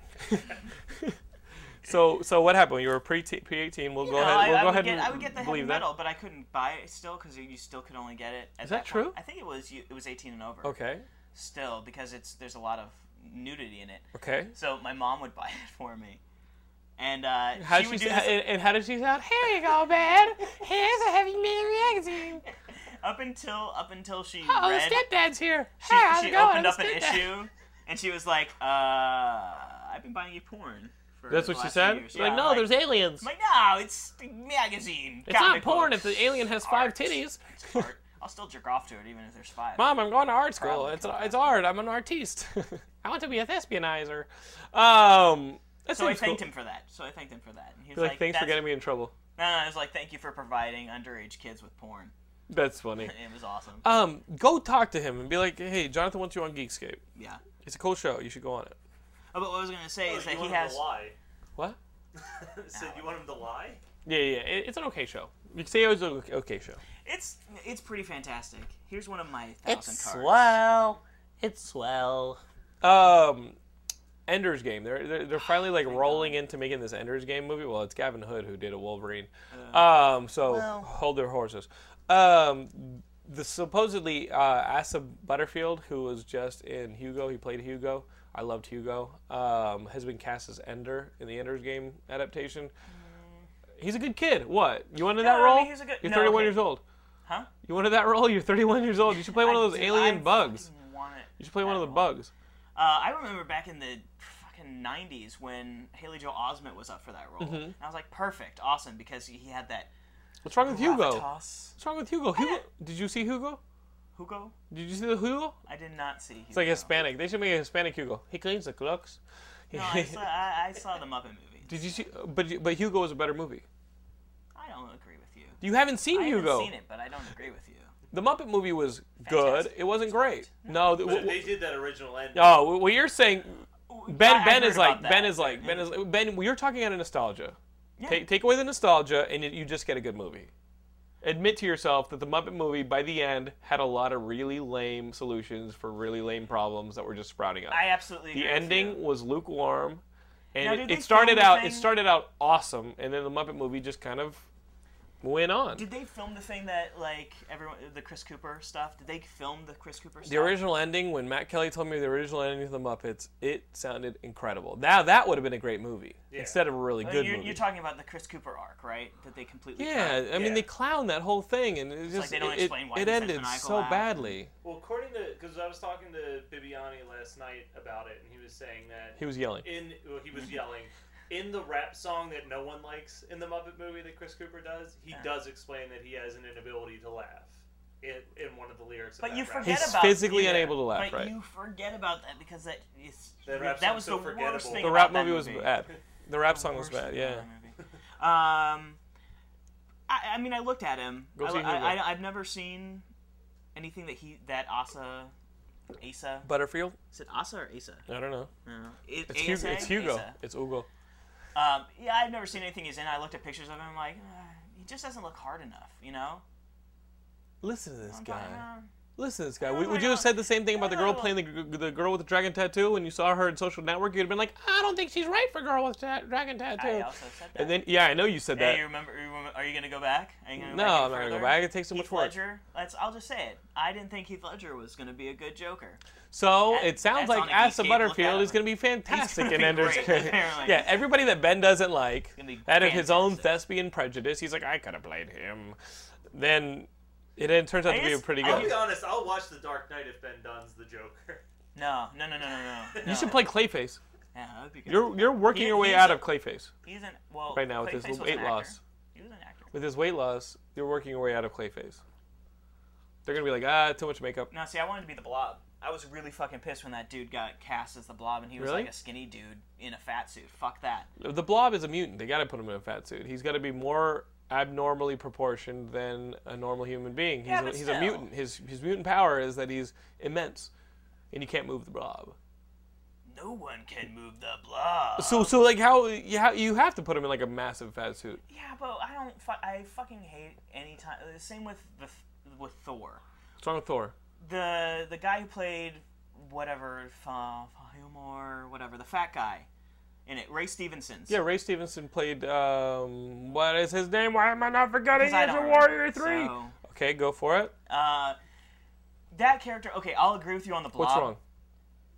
Speaker 1: so, so what happened? You were pre pre eighteen. We'll go
Speaker 2: No,
Speaker 1: ahead.
Speaker 2: I,
Speaker 1: we'll
Speaker 2: I
Speaker 1: go
Speaker 2: would
Speaker 1: ahead
Speaker 2: get,
Speaker 1: and
Speaker 2: I would get the heavy
Speaker 1: believe that.
Speaker 2: metal, but I couldn't buy it still because you still could only get it. At Is
Speaker 1: that true?
Speaker 2: I think it was you, it was 18 and over.
Speaker 1: Okay.
Speaker 2: Still, because it's there's a lot of nudity in it.
Speaker 1: Okay.
Speaker 2: So my mom would buy it for me, and uh,
Speaker 1: How
Speaker 2: she
Speaker 1: did
Speaker 2: would
Speaker 1: she,
Speaker 2: do
Speaker 1: sa-
Speaker 2: this
Speaker 1: and, and how did she sound? Here you go, Ben. Here's a heavy metal magazine.
Speaker 2: up until up until she
Speaker 1: Oh, the
Speaker 2: read.
Speaker 1: stepdad's here.
Speaker 2: she,
Speaker 1: hey, how's
Speaker 2: she
Speaker 1: it going?
Speaker 2: opened
Speaker 1: The
Speaker 2: up an
Speaker 1: stepdad."
Speaker 2: issue, and she was like, uh, "I've been buying you porn." For
Speaker 1: That's
Speaker 2: the
Speaker 1: what she
Speaker 2: last few
Speaker 1: said.
Speaker 2: years."
Speaker 1: like,
Speaker 2: Yeah,
Speaker 1: no, there's aliens.
Speaker 2: I'm like no, it's a magazine.
Speaker 1: it's not porn if the alien has five titties.
Speaker 2: I'll still jerk off to it even if there's five.
Speaker 1: Mom, I'm going to art school.
Speaker 2: Probably
Speaker 1: It's
Speaker 2: come
Speaker 1: it's art. I'm an artiste. I want to be a thespianizer. Um, that
Speaker 2: So I
Speaker 1: seems cool.
Speaker 2: thanked him for that. So I thanked him for that. And he was
Speaker 1: Like, thanks for
Speaker 2: "That's-
Speaker 1: getting me in trouble.
Speaker 2: No, no, I was like, thank you for providing underage kids with porn.
Speaker 1: That's funny.
Speaker 2: It was awesome.
Speaker 1: Um, go talk to him and be like, hey, Jonathan wants you on Geekscape.
Speaker 2: yeah.
Speaker 1: It's a cool show. You should go on it.
Speaker 2: Oh, but what I was gonna say
Speaker 3: Oh,
Speaker 2: is that
Speaker 3: you
Speaker 2: he
Speaker 3: want him
Speaker 2: has.
Speaker 3: to lie.
Speaker 1: What?
Speaker 3: so you want him to lie?
Speaker 1: Yeah, yeah. It, it's an okay show. You say it was an okay show.
Speaker 2: It's it's pretty fantastic. Here's one of my thousand cards.
Speaker 1: swell. It's swell. Um, Ender's Game. They're they're,
Speaker 2: Oh,
Speaker 1: they're finally like rolling into making this Ender's Game movie. Well, it's Gavin Hood who did a Wolverine. um, so
Speaker 2: well.
Speaker 1: hold their horses. Um, the supposedly uh, Asa Butterfield, who was just in Hugo, he played Hugo. I loved Hugo, um, has been cast as Ender in the Ender's Game adaptation. He's a good kid. What? You wanted that
Speaker 2: Mm. No, I
Speaker 1: role?
Speaker 2: mean, he's a good-
Speaker 1: You're
Speaker 2: no,
Speaker 1: 31
Speaker 2: okay.
Speaker 1: years old.
Speaker 2: Huh?
Speaker 1: You wanted that role? You're 31 years old. You should play one of those
Speaker 2: I do-
Speaker 1: alien
Speaker 2: I
Speaker 1: bugs.
Speaker 2: fucking want it.
Speaker 1: You should play one of the
Speaker 2: Uh,
Speaker 1: bugs.
Speaker 2: I remember back in the fucking 90s when Haley Joel Osment was up for that
Speaker 1: Mm-hmm.
Speaker 2: role. And I was like, perfect, awesome, because he had that
Speaker 1: What's wrong with Hugo?
Speaker 2: gravitas.
Speaker 1: What's wrong with Hugo? Hugo? Did you see Hugo?
Speaker 2: Hugo?
Speaker 1: Did you see the Hugo?
Speaker 2: I did not see Hugo.
Speaker 1: It's like Hispanic. They should make a Hispanic Hugo. He cleans the clocks.
Speaker 2: No, I saw, I, I saw the Muppet movie.
Speaker 1: Did you see? But but Hugo was a better movie.
Speaker 2: I don't agree with you.
Speaker 1: You haven't seen
Speaker 2: I
Speaker 1: Hugo.
Speaker 2: haven't seen it, but I don't agree with you.
Speaker 1: The Muppet movie was good.
Speaker 2: Fantastic.
Speaker 1: It wasn't great. No. the-
Speaker 3: But
Speaker 1: w-
Speaker 3: they did that original end.
Speaker 1: oh, what you're saying, Ben.
Speaker 2: I- I
Speaker 1: ben,
Speaker 2: heard
Speaker 1: is like,
Speaker 2: about that.
Speaker 1: ben is like Ben is Ben. You're talking out of nostalgia.
Speaker 2: Yeah.
Speaker 1: Take take away the nostalgia, and you- you just get a good movie. Admit to yourself that the Muppet movie, by the end, had a lot of really lame solutions for really lame problems that were just sprouting up.
Speaker 2: I absolutely
Speaker 1: the
Speaker 2: agree With
Speaker 1: ending
Speaker 2: you.
Speaker 1: was lukewarm and
Speaker 2: Now,
Speaker 1: it-
Speaker 2: did
Speaker 1: it,
Speaker 2: they
Speaker 1: started
Speaker 2: film
Speaker 1: out it
Speaker 2: anything?
Speaker 1: started out awesome and then the muppet movie just kind of went on
Speaker 2: Did they film the thing that like everyone the Chris Cooper stuff? Did they film the Chris Cooper stuff?
Speaker 1: the original ending when matt kelly told me the original ending of the muppets it sounded incredible now that would have been a great movie instead of a really
Speaker 2: I mean,
Speaker 1: good
Speaker 2: Uh, you're,
Speaker 1: movie
Speaker 2: you're talking about the Chris Cooper arc, right? That they completely
Speaker 1: yeah,
Speaker 2: cut.
Speaker 1: I mean
Speaker 3: Yeah.
Speaker 1: they clown that whole thing, and it just
Speaker 2: like they don't
Speaker 1: it- it,
Speaker 2: explain why
Speaker 1: it
Speaker 2: he said
Speaker 1: ended
Speaker 2: maniacal
Speaker 1: so
Speaker 2: laugh.
Speaker 1: badly.
Speaker 3: Well, according to because I was talking to Bibiani last night about it, and he was saying that
Speaker 1: He was yelling.
Speaker 3: in well, he was yelling in the rap song that no one likes in the Muppet movie that Chris Cooper does. He does explain that he has an inability to laugh in, in one of the lyrics. of
Speaker 2: But
Speaker 3: that
Speaker 2: you
Speaker 3: rap
Speaker 2: forget
Speaker 1: He's
Speaker 3: song.
Speaker 2: about
Speaker 1: physically
Speaker 2: yeah,
Speaker 1: unable to laugh,
Speaker 2: but
Speaker 1: right?
Speaker 2: you forget about that because that is
Speaker 3: That rap
Speaker 2: that
Speaker 3: song's
Speaker 2: was
Speaker 3: so
Speaker 2: the
Speaker 3: forgettable.
Speaker 2: worst thing.
Speaker 1: the
Speaker 2: about
Speaker 1: rap
Speaker 2: that
Speaker 1: movie was bad. The rap song was
Speaker 2: Worst
Speaker 1: bad.
Speaker 2: thing
Speaker 1: Yeah.
Speaker 2: about that movie. Um, I, I mean, I looked at him.
Speaker 1: Go
Speaker 2: I,
Speaker 1: see Hugo.
Speaker 2: I, have never seen anything that he that Asa, Asa.
Speaker 1: Butterfield?
Speaker 2: Is it Asa or Asa?
Speaker 1: I don't know.
Speaker 2: No. It,
Speaker 1: It's Hugo.
Speaker 2: ASA?
Speaker 1: It's Hugo.
Speaker 2: Asa.
Speaker 1: It's Hugo.
Speaker 2: Um, yeah, I've never seen anything he's in. I looked at pictures of him. Like, uh, he just doesn't look hard enough. You know.
Speaker 1: Listen to this
Speaker 2: I'm
Speaker 1: guy.
Speaker 2: talking, uh,
Speaker 1: Listen to this guy.
Speaker 2: don't
Speaker 1: Would,
Speaker 2: know,
Speaker 1: would
Speaker 2: I oh,
Speaker 1: you have
Speaker 2: don't-
Speaker 1: said the same thing about the
Speaker 2: I don't
Speaker 1: girl
Speaker 2: know.
Speaker 1: playing the, the girl with the dragon tattoo when you saw her in Social Network? You'd have been like, I don't think she's right for girl with ta- dragon tattoo.
Speaker 2: I also said that.
Speaker 1: and then, yeah, I know you said
Speaker 2: Hey,
Speaker 1: that.
Speaker 2: you remember? you remember- Are you gonna go back? Are you gonna go
Speaker 1: No,
Speaker 2: back any
Speaker 1: I'm not gonna go
Speaker 2: further?
Speaker 1: back. It takes too
Speaker 2: Heath
Speaker 1: much work.
Speaker 2: Ledger. Let's. I'll just say it. I didn't think Heath Ledger was gonna be a good Joker.
Speaker 1: So
Speaker 2: that-
Speaker 1: it sounds
Speaker 2: that's
Speaker 1: like
Speaker 2: on a
Speaker 1: Asa
Speaker 2: geeky look
Speaker 1: Butterfield
Speaker 2: out.
Speaker 1: is going to be fantastic
Speaker 2: gonna
Speaker 1: in
Speaker 2: be
Speaker 1: Ender's
Speaker 2: great,
Speaker 1: Game.
Speaker 2: apparently.
Speaker 1: yeah, everybody that Ben doesn't like,
Speaker 2: gonna be
Speaker 1: out of his own
Speaker 2: fantastic.
Speaker 1: thespian prejudice, he's like, I could have played him. Then it, it turns out
Speaker 2: I
Speaker 1: to be a
Speaker 2: just-
Speaker 1: pretty
Speaker 3: I'll be
Speaker 1: good.
Speaker 3: honest. I'll watch The Dark Knight if Ben Dunn's the Joker.
Speaker 2: No, no, no, no, no, no.
Speaker 1: You should play Clayface.
Speaker 2: Yeah, that'd be good.
Speaker 1: You're you're working
Speaker 2: He-
Speaker 1: your way
Speaker 2: he's
Speaker 1: out
Speaker 2: a-
Speaker 1: of Clayface
Speaker 2: He's an well
Speaker 1: right now with
Speaker 2: Clayface
Speaker 1: his
Speaker 2: was an
Speaker 1: weight
Speaker 2: actor.
Speaker 1: loss.
Speaker 2: He was an actor.
Speaker 1: with his weight loss, you're working your way out of Clayface. They're gonna be like, ah, too much makeup.
Speaker 2: No, see, I wanted to be the Blob. I was really fucking pissed when that dude got cast as the Blob, and he was
Speaker 1: Really?
Speaker 2: like a skinny dude in a fat suit. Fuck that.
Speaker 1: The Blob is a mutant. They gotta put him in a fat suit. He's gotta be more abnormally proportioned than a normal human being. He's,
Speaker 2: Yeah,
Speaker 1: a,
Speaker 2: but
Speaker 1: he's a
Speaker 2: still.
Speaker 1: mutant. His his mutant power is that he's immense, and you can't move the Blob.
Speaker 2: No one can move the Blob.
Speaker 1: So so like how you ha- you have to put him in like a massive fat suit.
Speaker 2: Yeah, but I don't. Fu- I fucking hate any time. The same with the th- with Thor.
Speaker 1: What's wrong with Thor?
Speaker 2: The the guy who played whatever Fa- Fahilmore, whatever the fat guy in it, Ray Stevenson.
Speaker 1: Yeah, Ray Stevenson played um what is his name? Why am I not forgetting? He's
Speaker 2: Because I don't
Speaker 1: a Warrior
Speaker 2: remember,
Speaker 1: Three.
Speaker 2: so-
Speaker 1: Okay, go for it.
Speaker 2: Uh, that character. Okay, I'll agree with you on the Blob.
Speaker 1: What's wrong?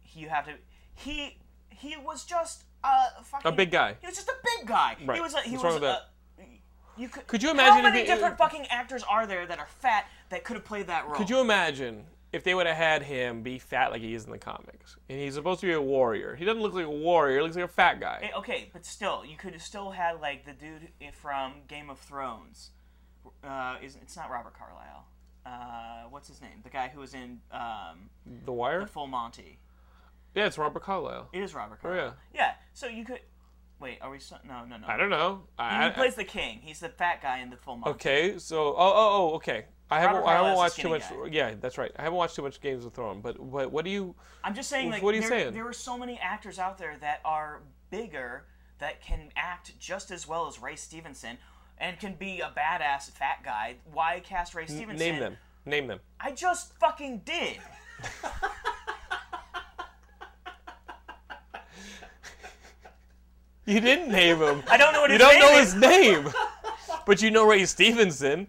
Speaker 2: he- you have to he he was just a fucking
Speaker 1: big guy.
Speaker 2: he was just a big guy
Speaker 1: Right.
Speaker 2: he was a, he
Speaker 1: What's
Speaker 2: was
Speaker 1: wrong with
Speaker 2: a,
Speaker 1: that?
Speaker 2: you could,
Speaker 1: Could you
Speaker 2: how
Speaker 1: imagine if
Speaker 2: many
Speaker 1: it-
Speaker 2: different fucking actors are there that are fat that could have played that role
Speaker 1: Could you imagine if they would have had him be fat like he is in the comics? And he's supposed to be a warrior. He doesn't look like a warrior. He looks like a fat guy.
Speaker 2: Eh, okay but still you could have still had like the dude from game of thrones uh is it's not robert carlyle uh what's his name the guy who was in um
Speaker 1: The Wire?
Speaker 2: full monty
Speaker 1: Yeah, it's Robert Carlyle.
Speaker 2: it is robert
Speaker 1: Oh,
Speaker 2: carlyle
Speaker 1: yeah.
Speaker 2: yeah so you could wait are we so, no no no
Speaker 1: I don't know. I,
Speaker 2: he
Speaker 1: I-
Speaker 2: plays the king. He's the fat guy in the full monty.
Speaker 1: okay, so oh oh oh okay. I haven't
Speaker 2: Robert
Speaker 1: I haven't
Speaker 2: Carlyle's a
Speaker 1: watched too
Speaker 2: skinny
Speaker 1: much.
Speaker 2: guy.
Speaker 1: Yeah, that's right. I haven't watched too much Games of Thrones. But what what do you?
Speaker 2: I'm just saying, like,
Speaker 1: What are you
Speaker 2: there,
Speaker 1: saying?
Speaker 2: there are so many actors out there that are bigger that can act just as well as Ray Stevenson and can be a badass fat guy. Why cast Ray Stevenson?
Speaker 1: Name them. Name them.
Speaker 2: I just fucking did.
Speaker 1: You didn't name him.
Speaker 2: I don't know what
Speaker 1: you
Speaker 2: his
Speaker 1: don't
Speaker 2: name
Speaker 1: know
Speaker 2: is.
Speaker 1: his name, but you know Ray Stevenson.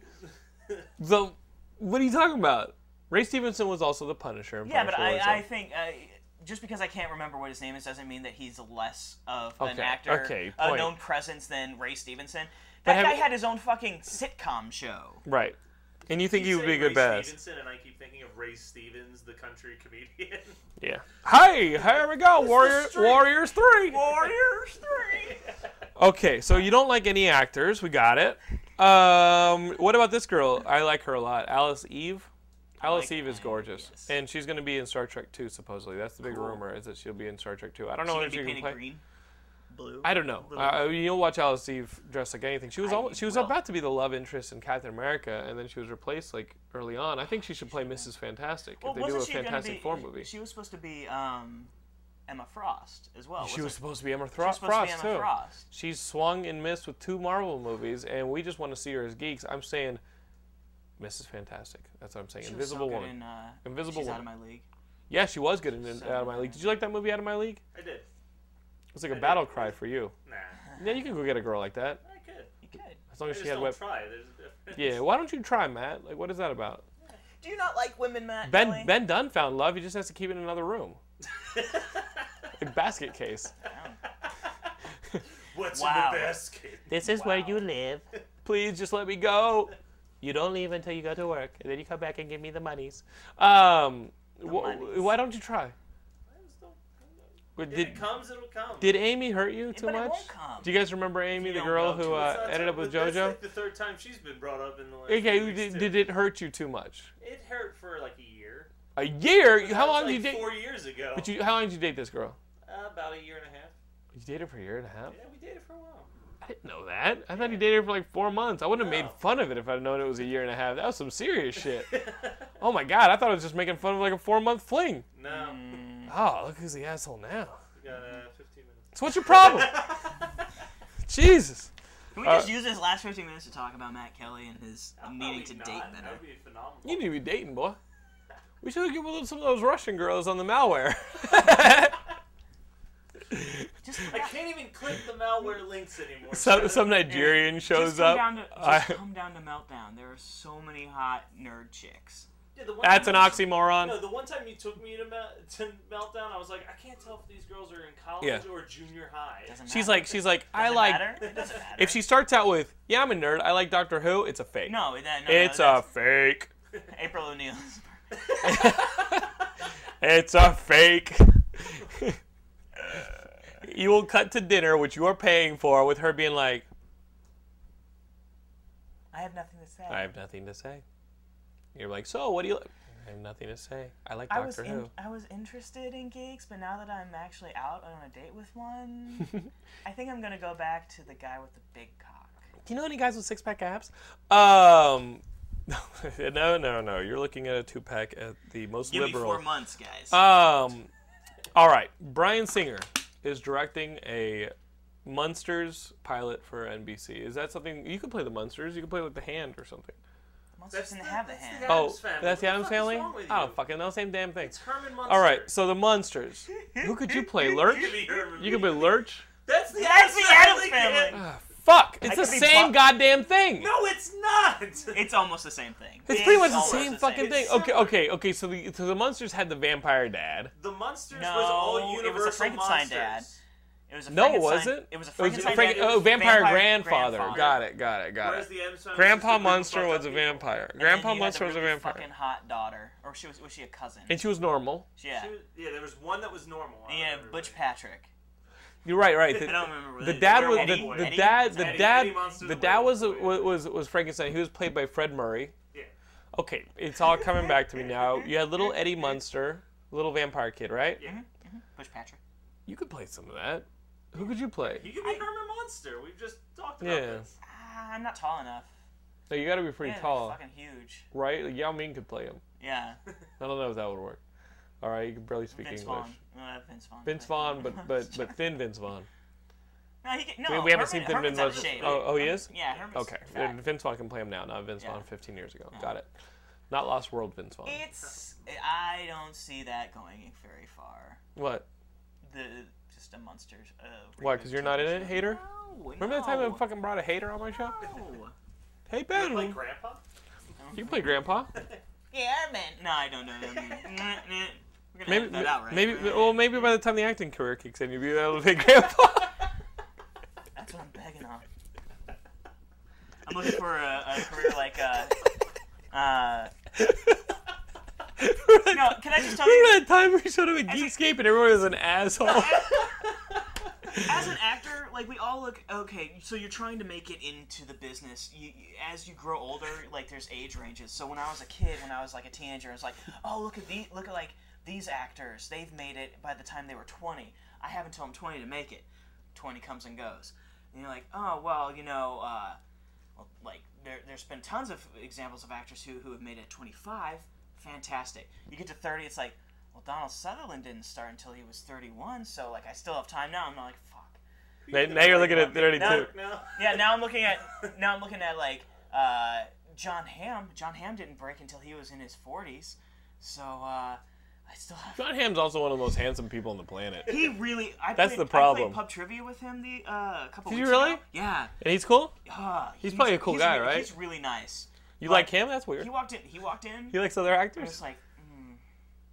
Speaker 1: So what are you talking about? Ray Stevenson was also the Punisher. in
Speaker 2: yeah, but
Speaker 1: Punisher, so-
Speaker 2: I, I think uh, just because I can't remember what his name is doesn't mean that he's less of an
Speaker 1: Okay,
Speaker 2: actor,
Speaker 1: okay,
Speaker 2: a
Speaker 1: point.
Speaker 2: known presence than Ray Stevenson.
Speaker 1: But
Speaker 2: That
Speaker 1: have-
Speaker 2: guy had his own fucking sitcom show.
Speaker 1: Right. And you think he
Speaker 3: You
Speaker 1: would
Speaker 3: say
Speaker 1: be a good
Speaker 3: Ray
Speaker 1: best?
Speaker 3: Stevenson, and I keep thinking of Ray Stevens, the country comedian.
Speaker 1: Yeah. Hey, here we go. Warrior,
Speaker 2: streak.
Speaker 1: Warriors three.
Speaker 2: Warriors three.
Speaker 1: Okay, so you don't like any actors. We got it. Um, what about this girl? I like her a lot. Alice Eve. Alice
Speaker 2: like
Speaker 1: Eve is
Speaker 2: Alice,
Speaker 1: gorgeous,
Speaker 2: yes.
Speaker 1: and she's going to be in Star Trek 2, supposedly. That's the big rumor is that she'll be in Star Trek 2. I don't know
Speaker 2: She
Speaker 1: when
Speaker 2: gonna
Speaker 1: she
Speaker 2: be
Speaker 1: can
Speaker 2: painted
Speaker 1: play.
Speaker 2: green, blue.
Speaker 1: I don't know. Uh, you'll watch Alice Eve dressed like anything. She was
Speaker 2: I
Speaker 1: al- she was
Speaker 2: will.
Speaker 1: about to be the love interest in Captain America, and then she was replaced like early on. I think she should play Mrs. Fantastic
Speaker 2: Well,
Speaker 1: if they do
Speaker 2: wasn't
Speaker 1: a
Speaker 2: she gonna
Speaker 1: Fantastic
Speaker 2: be-
Speaker 1: Four movie.
Speaker 2: She was supposed to be um, Emma Frost as well.
Speaker 1: She was
Speaker 2: wasn't
Speaker 1: supposed to be Emma
Speaker 2: she
Speaker 1: Thro-
Speaker 2: was supposed
Speaker 1: Frost
Speaker 2: to be Emma
Speaker 1: too.
Speaker 2: Frost.
Speaker 1: She's swung and missed with two Marvel movies, and we just want to see her as geeks. I'm saying, Mrs. Fantastic. That's what I'm saying.
Speaker 2: She was so
Speaker 1: Invisible
Speaker 2: good
Speaker 1: Woman.
Speaker 2: in, uh,
Speaker 1: Invisible
Speaker 2: She's
Speaker 1: Woman.
Speaker 2: out of my league.
Speaker 1: yeah, she was good in in
Speaker 2: so
Speaker 1: Out of My
Speaker 2: good.
Speaker 1: League. Did you like that movie, Out of My League?
Speaker 3: I did.
Speaker 1: It was like a
Speaker 3: did.
Speaker 1: battle cry for you.
Speaker 3: Nah,
Speaker 1: Yeah, you can go get a girl like that
Speaker 3: I could.
Speaker 2: You could.
Speaker 1: as long
Speaker 3: I
Speaker 1: as
Speaker 3: just
Speaker 1: she had
Speaker 3: don't
Speaker 1: web.
Speaker 3: try. There's a difference.
Speaker 1: Yeah, why don't you try, Matt? Like, what is that about?
Speaker 2: Do you not like women, Matt?
Speaker 1: Ben
Speaker 2: Kelly?
Speaker 1: Ben Dunn found love. He just has to keep it in another room. A basket case.
Speaker 3: What's
Speaker 2: Wow.
Speaker 3: in the basket?
Speaker 4: This is where you live.
Speaker 1: Please just let me go.
Speaker 4: You don't leave until you go to work, and then you come back and give me the monies.
Speaker 1: Um, wh-
Speaker 2: monies.
Speaker 1: why don't you try?
Speaker 3: I just don't- I don't know. If
Speaker 1: Did,
Speaker 3: it comes, it'll come.
Speaker 1: Did Amy hurt you too
Speaker 2: but it
Speaker 1: much?
Speaker 2: won't come.
Speaker 1: Do you guys remember Amy, the
Speaker 2: don't
Speaker 1: girl
Speaker 2: go
Speaker 1: who
Speaker 2: to it.
Speaker 1: uh,
Speaker 3: That's
Speaker 1: ended up
Speaker 3: not-
Speaker 1: with
Speaker 3: but That's
Speaker 1: JoJo?
Speaker 3: like the third time she's been brought up in the last.
Speaker 1: Okay,
Speaker 3: few weeks,
Speaker 1: did,
Speaker 3: too.
Speaker 1: did it hurt you too much?
Speaker 3: It hurt for like a year.
Speaker 1: A year? You- How
Speaker 3: That was,
Speaker 1: long did you
Speaker 3: like
Speaker 1: date?
Speaker 3: Four years ago.
Speaker 1: But you, how long did you date this girl?
Speaker 3: Uh, about a year and a half.
Speaker 1: You dated for a year and a half?
Speaker 3: Yeah, we dated for a while.
Speaker 1: I didn't know that. I thought you dated her for like four months. I would have made
Speaker 3: No.
Speaker 1: fun of it if I'd known it was a year and a half. That was some serious shit. oh my god, I thought I was just making fun of like a four month fling.
Speaker 3: No,
Speaker 2: Mm.
Speaker 1: Oh, look who's the asshole now.
Speaker 3: we got uh, 15 minutes.
Speaker 1: So what's your problem? Jesus.
Speaker 2: Can we
Speaker 1: Uh,
Speaker 2: just use this last 15 minutes to talk about Matt Kelly and his needing to
Speaker 3: Probably
Speaker 2: date
Speaker 3: not. That
Speaker 2: better?
Speaker 3: would be phenomenal.
Speaker 1: You need to be dating, boy. We should have given some of those Russian girls on the malware.
Speaker 2: Just
Speaker 3: I can't even click the malware links anymore.
Speaker 1: Some, some Nigerian shows
Speaker 2: just come
Speaker 1: up.
Speaker 2: Down to, just
Speaker 1: I-
Speaker 2: come down to meltdown. There are so many hot nerd chicks.
Speaker 3: Yeah, the one
Speaker 1: that's an
Speaker 3: time-
Speaker 1: oxymoron.
Speaker 3: No, the one time you took me to, mel- to meltdown, I was like, I can't tell if these girls are in college
Speaker 1: Yeah.
Speaker 3: or junior high.
Speaker 2: Doesn't
Speaker 1: she's
Speaker 2: matter.
Speaker 1: like, she's like, I
Speaker 2: Does it
Speaker 1: like.
Speaker 2: matter? It doesn't matter.
Speaker 1: If she starts out with, "Yeah, I'm a nerd. I like Doctor Who," it's a fake.
Speaker 2: no, that, no, no,
Speaker 1: it's uh, a
Speaker 2: that's
Speaker 1: fake.
Speaker 2: April O'Neil.
Speaker 1: It's a fake. you will cut to dinner, which you are paying for, with her being like,
Speaker 2: I have nothing to say.
Speaker 1: "I have nothing to say." You're like, "So, what do you?" Like? I have nothing to say. I like
Speaker 2: I
Speaker 1: Doctor
Speaker 2: was
Speaker 1: Who.
Speaker 2: in, I was interested in geeks, but now that I'm actually out on a date with one, I think I'm gonna go back to the guy with the big cock.
Speaker 1: Do you know any guys with six pack abs? Um, no, no, no. You're looking at a two pack at the most liberal.
Speaker 2: months, guys.
Speaker 1: Um, all right. Brian Singer is directing a Munsters pilot for NBC. Is that something you could play the Munsters? You could play like the Hand or something.
Speaker 2: Monsters didn't
Speaker 3: the-
Speaker 2: have the
Speaker 3: that's the
Speaker 2: hand.
Speaker 3: guy-
Speaker 1: Oh,
Speaker 3: Addams Family.
Speaker 1: that's the
Speaker 3: What the
Speaker 1: Adams
Speaker 3: fuck is
Speaker 1: Family.
Speaker 3: wrong with
Speaker 1: I don't
Speaker 3: you?
Speaker 1: fucking know. Same damn thing.
Speaker 3: It's Herman Munster.
Speaker 1: All right. So the Munsters. Who could you play? Lurch.
Speaker 3: Give me Herman
Speaker 1: You could play Lurch.
Speaker 3: That's the
Speaker 2: That's the
Speaker 3: Addams
Speaker 2: Addams
Speaker 3: Family.
Speaker 2: family.
Speaker 1: Ah, fuck! It's
Speaker 2: I
Speaker 1: the
Speaker 2: could be
Speaker 1: same
Speaker 2: Bo-
Speaker 1: goddamn thing.
Speaker 3: No, it's not.
Speaker 2: It's almost the same thing.
Speaker 1: It's pretty much the
Speaker 2: almost
Speaker 1: same
Speaker 2: the
Speaker 1: fucking
Speaker 2: same.
Speaker 1: thing.
Speaker 3: It's
Speaker 1: Okay,
Speaker 3: similar.
Speaker 1: okay, okay. So the so the Munsters had the vampire dad.
Speaker 3: The Munsters
Speaker 2: No,
Speaker 3: was all
Speaker 2: it was a
Speaker 3: Universal
Speaker 2: Frankenstein
Speaker 3: monsters.
Speaker 2: dad. It was a
Speaker 1: No, it
Speaker 2: Frankenstein-
Speaker 1: wasn't.
Speaker 2: It was a
Speaker 1: Frank-
Speaker 2: Frankenstein.
Speaker 1: Frank-
Speaker 2: dad.
Speaker 1: oh, vampire,
Speaker 2: Vampire
Speaker 1: grandfather.
Speaker 2: grandfather.
Speaker 1: Got it, got it, got
Speaker 3: Whereas
Speaker 1: it.
Speaker 3: the Adams Family
Speaker 1: Grandpa
Speaker 3: was just a group of
Speaker 1: Munster
Speaker 3: fucked
Speaker 1: was
Speaker 3: up
Speaker 1: a
Speaker 3: people.
Speaker 1: vampire.
Speaker 2: And then
Speaker 1: Grandpa
Speaker 2: you had the
Speaker 1: Munster was a
Speaker 2: really
Speaker 1: vampire,
Speaker 2: Fucking hot daughter, or she was was she a cousin?
Speaker 1: and she was normal.
Speaker 2: yeah,
Speaker 3: She was- yeah, there was one that was normal. I don't
Speaker 2: yeah,
Speaker 3: remember
Speaker 2: Butch
Speaker 3: his
Speaker 2: Patrick.
Speaker 1: You're right, right. The,
Speaker 2: I don't remember.
Speaker 1: the dad was
Speaker 2: Eddie-
Speaker 1: the, the
Speaker 2: Eddie?
Speaker 1: dad
Speaker 2: Is
Speaker 1: the
Speaker 2: that Eddie?
Speaker 1: dad
Speaker 3: Eddie Munster
Speaker 1: the
Speaker 3: the
Speaker 1: dad
Speaker 3: White
Speaker 1: was
Speaker 3: Boy.
Speaker 1: was was Frankenstein. He was played by Fred Murray.
Speaker 3: name.
Speaker 1: Okay, it's all coming back to me now. You had little Eddie Munster, little vampire kid, right?
Speaker 3: Yeah. yeah.
Speaker 2: Butch Patrick.
Speaker 1: You could play some of that. Who could you play?
Speaker 3: You could be Herman Munster. We've just talked about
Speaker 1: Yeah.
Speaker 3: this.
Speaker 2: Ah, I'm not tall enough.
Speaker 1: No, you got to be pretty
Speaker 2: Yeah,
Speaker 1: tall,
Speaker 2: Fucking huge.
Speaker 1: right? Like Yao Ming could play him.
Speaker 2: Yeah.
Speaker 1: I don't know if that would work. All right, you can barely speak
Speaker 2: Vince
Speaker 1: English.
Speaker 2: Vaughn. Uh, Vince Vaughn.
Speaker 1: Vince Vaughn, but but but thin Vince Vaughn.
Speaker 2: no, he can, no,
Speaker 1: We, we haven't
Speaker 2: Oh, Herman-
Speaker 1: seen thin
Speaker 2: Herman's
Speaker 1: Vince
Speaker 2: out
Speaker 1: Vaughn.
Speaker 2: of shape.
Speaker 1: Oh, oh, he is.
Speaker 2: Yeah, Herman's
Speaker 1: Okay,
Speaker 2: fat.
Speaker 1: Vince Vaughn can play him now, not Vince
Speaker 2: Yeah. Oh.
Speaker 1: Vaughn 15 years ago. Got it. Not Lost World Vince Vaughn.
Speaker 2: It's. I don't see that going very far.
Speaker 1: What?
Speaker 2: The just a monsters. Uh,
Speaker 1: Why? Because you're not in it,
Speaker 2: reboot.
Speaker 1: hater.
Speaker 2: No,
Speaker 1: Remember that time I
Speaker 2: no.
Speaker 1: fucking brought a hater on my show?
Speaker 2: No.
Speaker 1: Hey
Speaker 3: You
Speaker 1: Ben,
Speaker 3: Like
Speaker 1: you
Speaker 3: Grandpa?
Speaker 1: can play Grandpa.
Speaker 2: Yeah, man. No, I don't know. that movie. Nah, nah. We're gonna
Speaker 1: Maybe,
Speaker 2: edit that out, right?
Speaker 1: maybe, well, maybe by the time the acting career kicks in, you'll be able to play grandpa.
Speaker 2: That's what I'm begging on. I'm looking for a, a career like. Uh, uh, no, can I just tell you?
Speaker 1: Remember that time we showed up at Geekscape and everyone was an asshole?
Speaker 2: as an actor, like we all look okay. So you're trying to make it into the business. You, you- as you grow older, like there's age ranges. So when I was a kid, when I was like a teenager, I was like, oh look at these, look at like these actors. They've made it by the time they were 20. I have until I'm 20 to make it. 20 comes and goes, and you're like, oh well, you know, uh, well, like there, there's been tons of examples of actors who who have made it at 25. Fantastic. You get to 30, it's like. Well, Donald Sutherland didn't start until he was 31, so like I still have time now. I'm not like, fuck.
Speaker 1: now, now you're looking at 32.
Speaker 2: No.
Speaker 3: No.
Speaker 2: Yeah, now I'm looking at now I'm looking at like uh, John Hamm. John Hamm didn't break until he was in his 40s, so uh, I still have.
Speaker 1: John Hamm's also one of the most handsome people on the planet.
Speaker 2: He really. I
Speaker 1: That's
Speaker 2: played,
Speaker 1: the
Speaker 2: I
Speaker 1: problem.
Speaker 2: played pub trivia with him the uh, a couple.
Speaker 1: Did you
Speaker 2: weeks
Speaker 1: really?
Speaker 2: ago. Yeah.
Speaker 1: And he's cool?
Speaker 2: Uh, he's,
Speaker 1: probably a cool
Speaker 2: he's
Speaker 1: guy,
Speaker 2: re-
Speaker 1: right?
Speaker 2: He's really nice.
Speaker 1: You like him? That's weird.
Speaker 2: He walked in. He walked in.
Speaker 1: He likes other
Speaker 2: I
Speaker 1: actors?
Speaker 2: was like,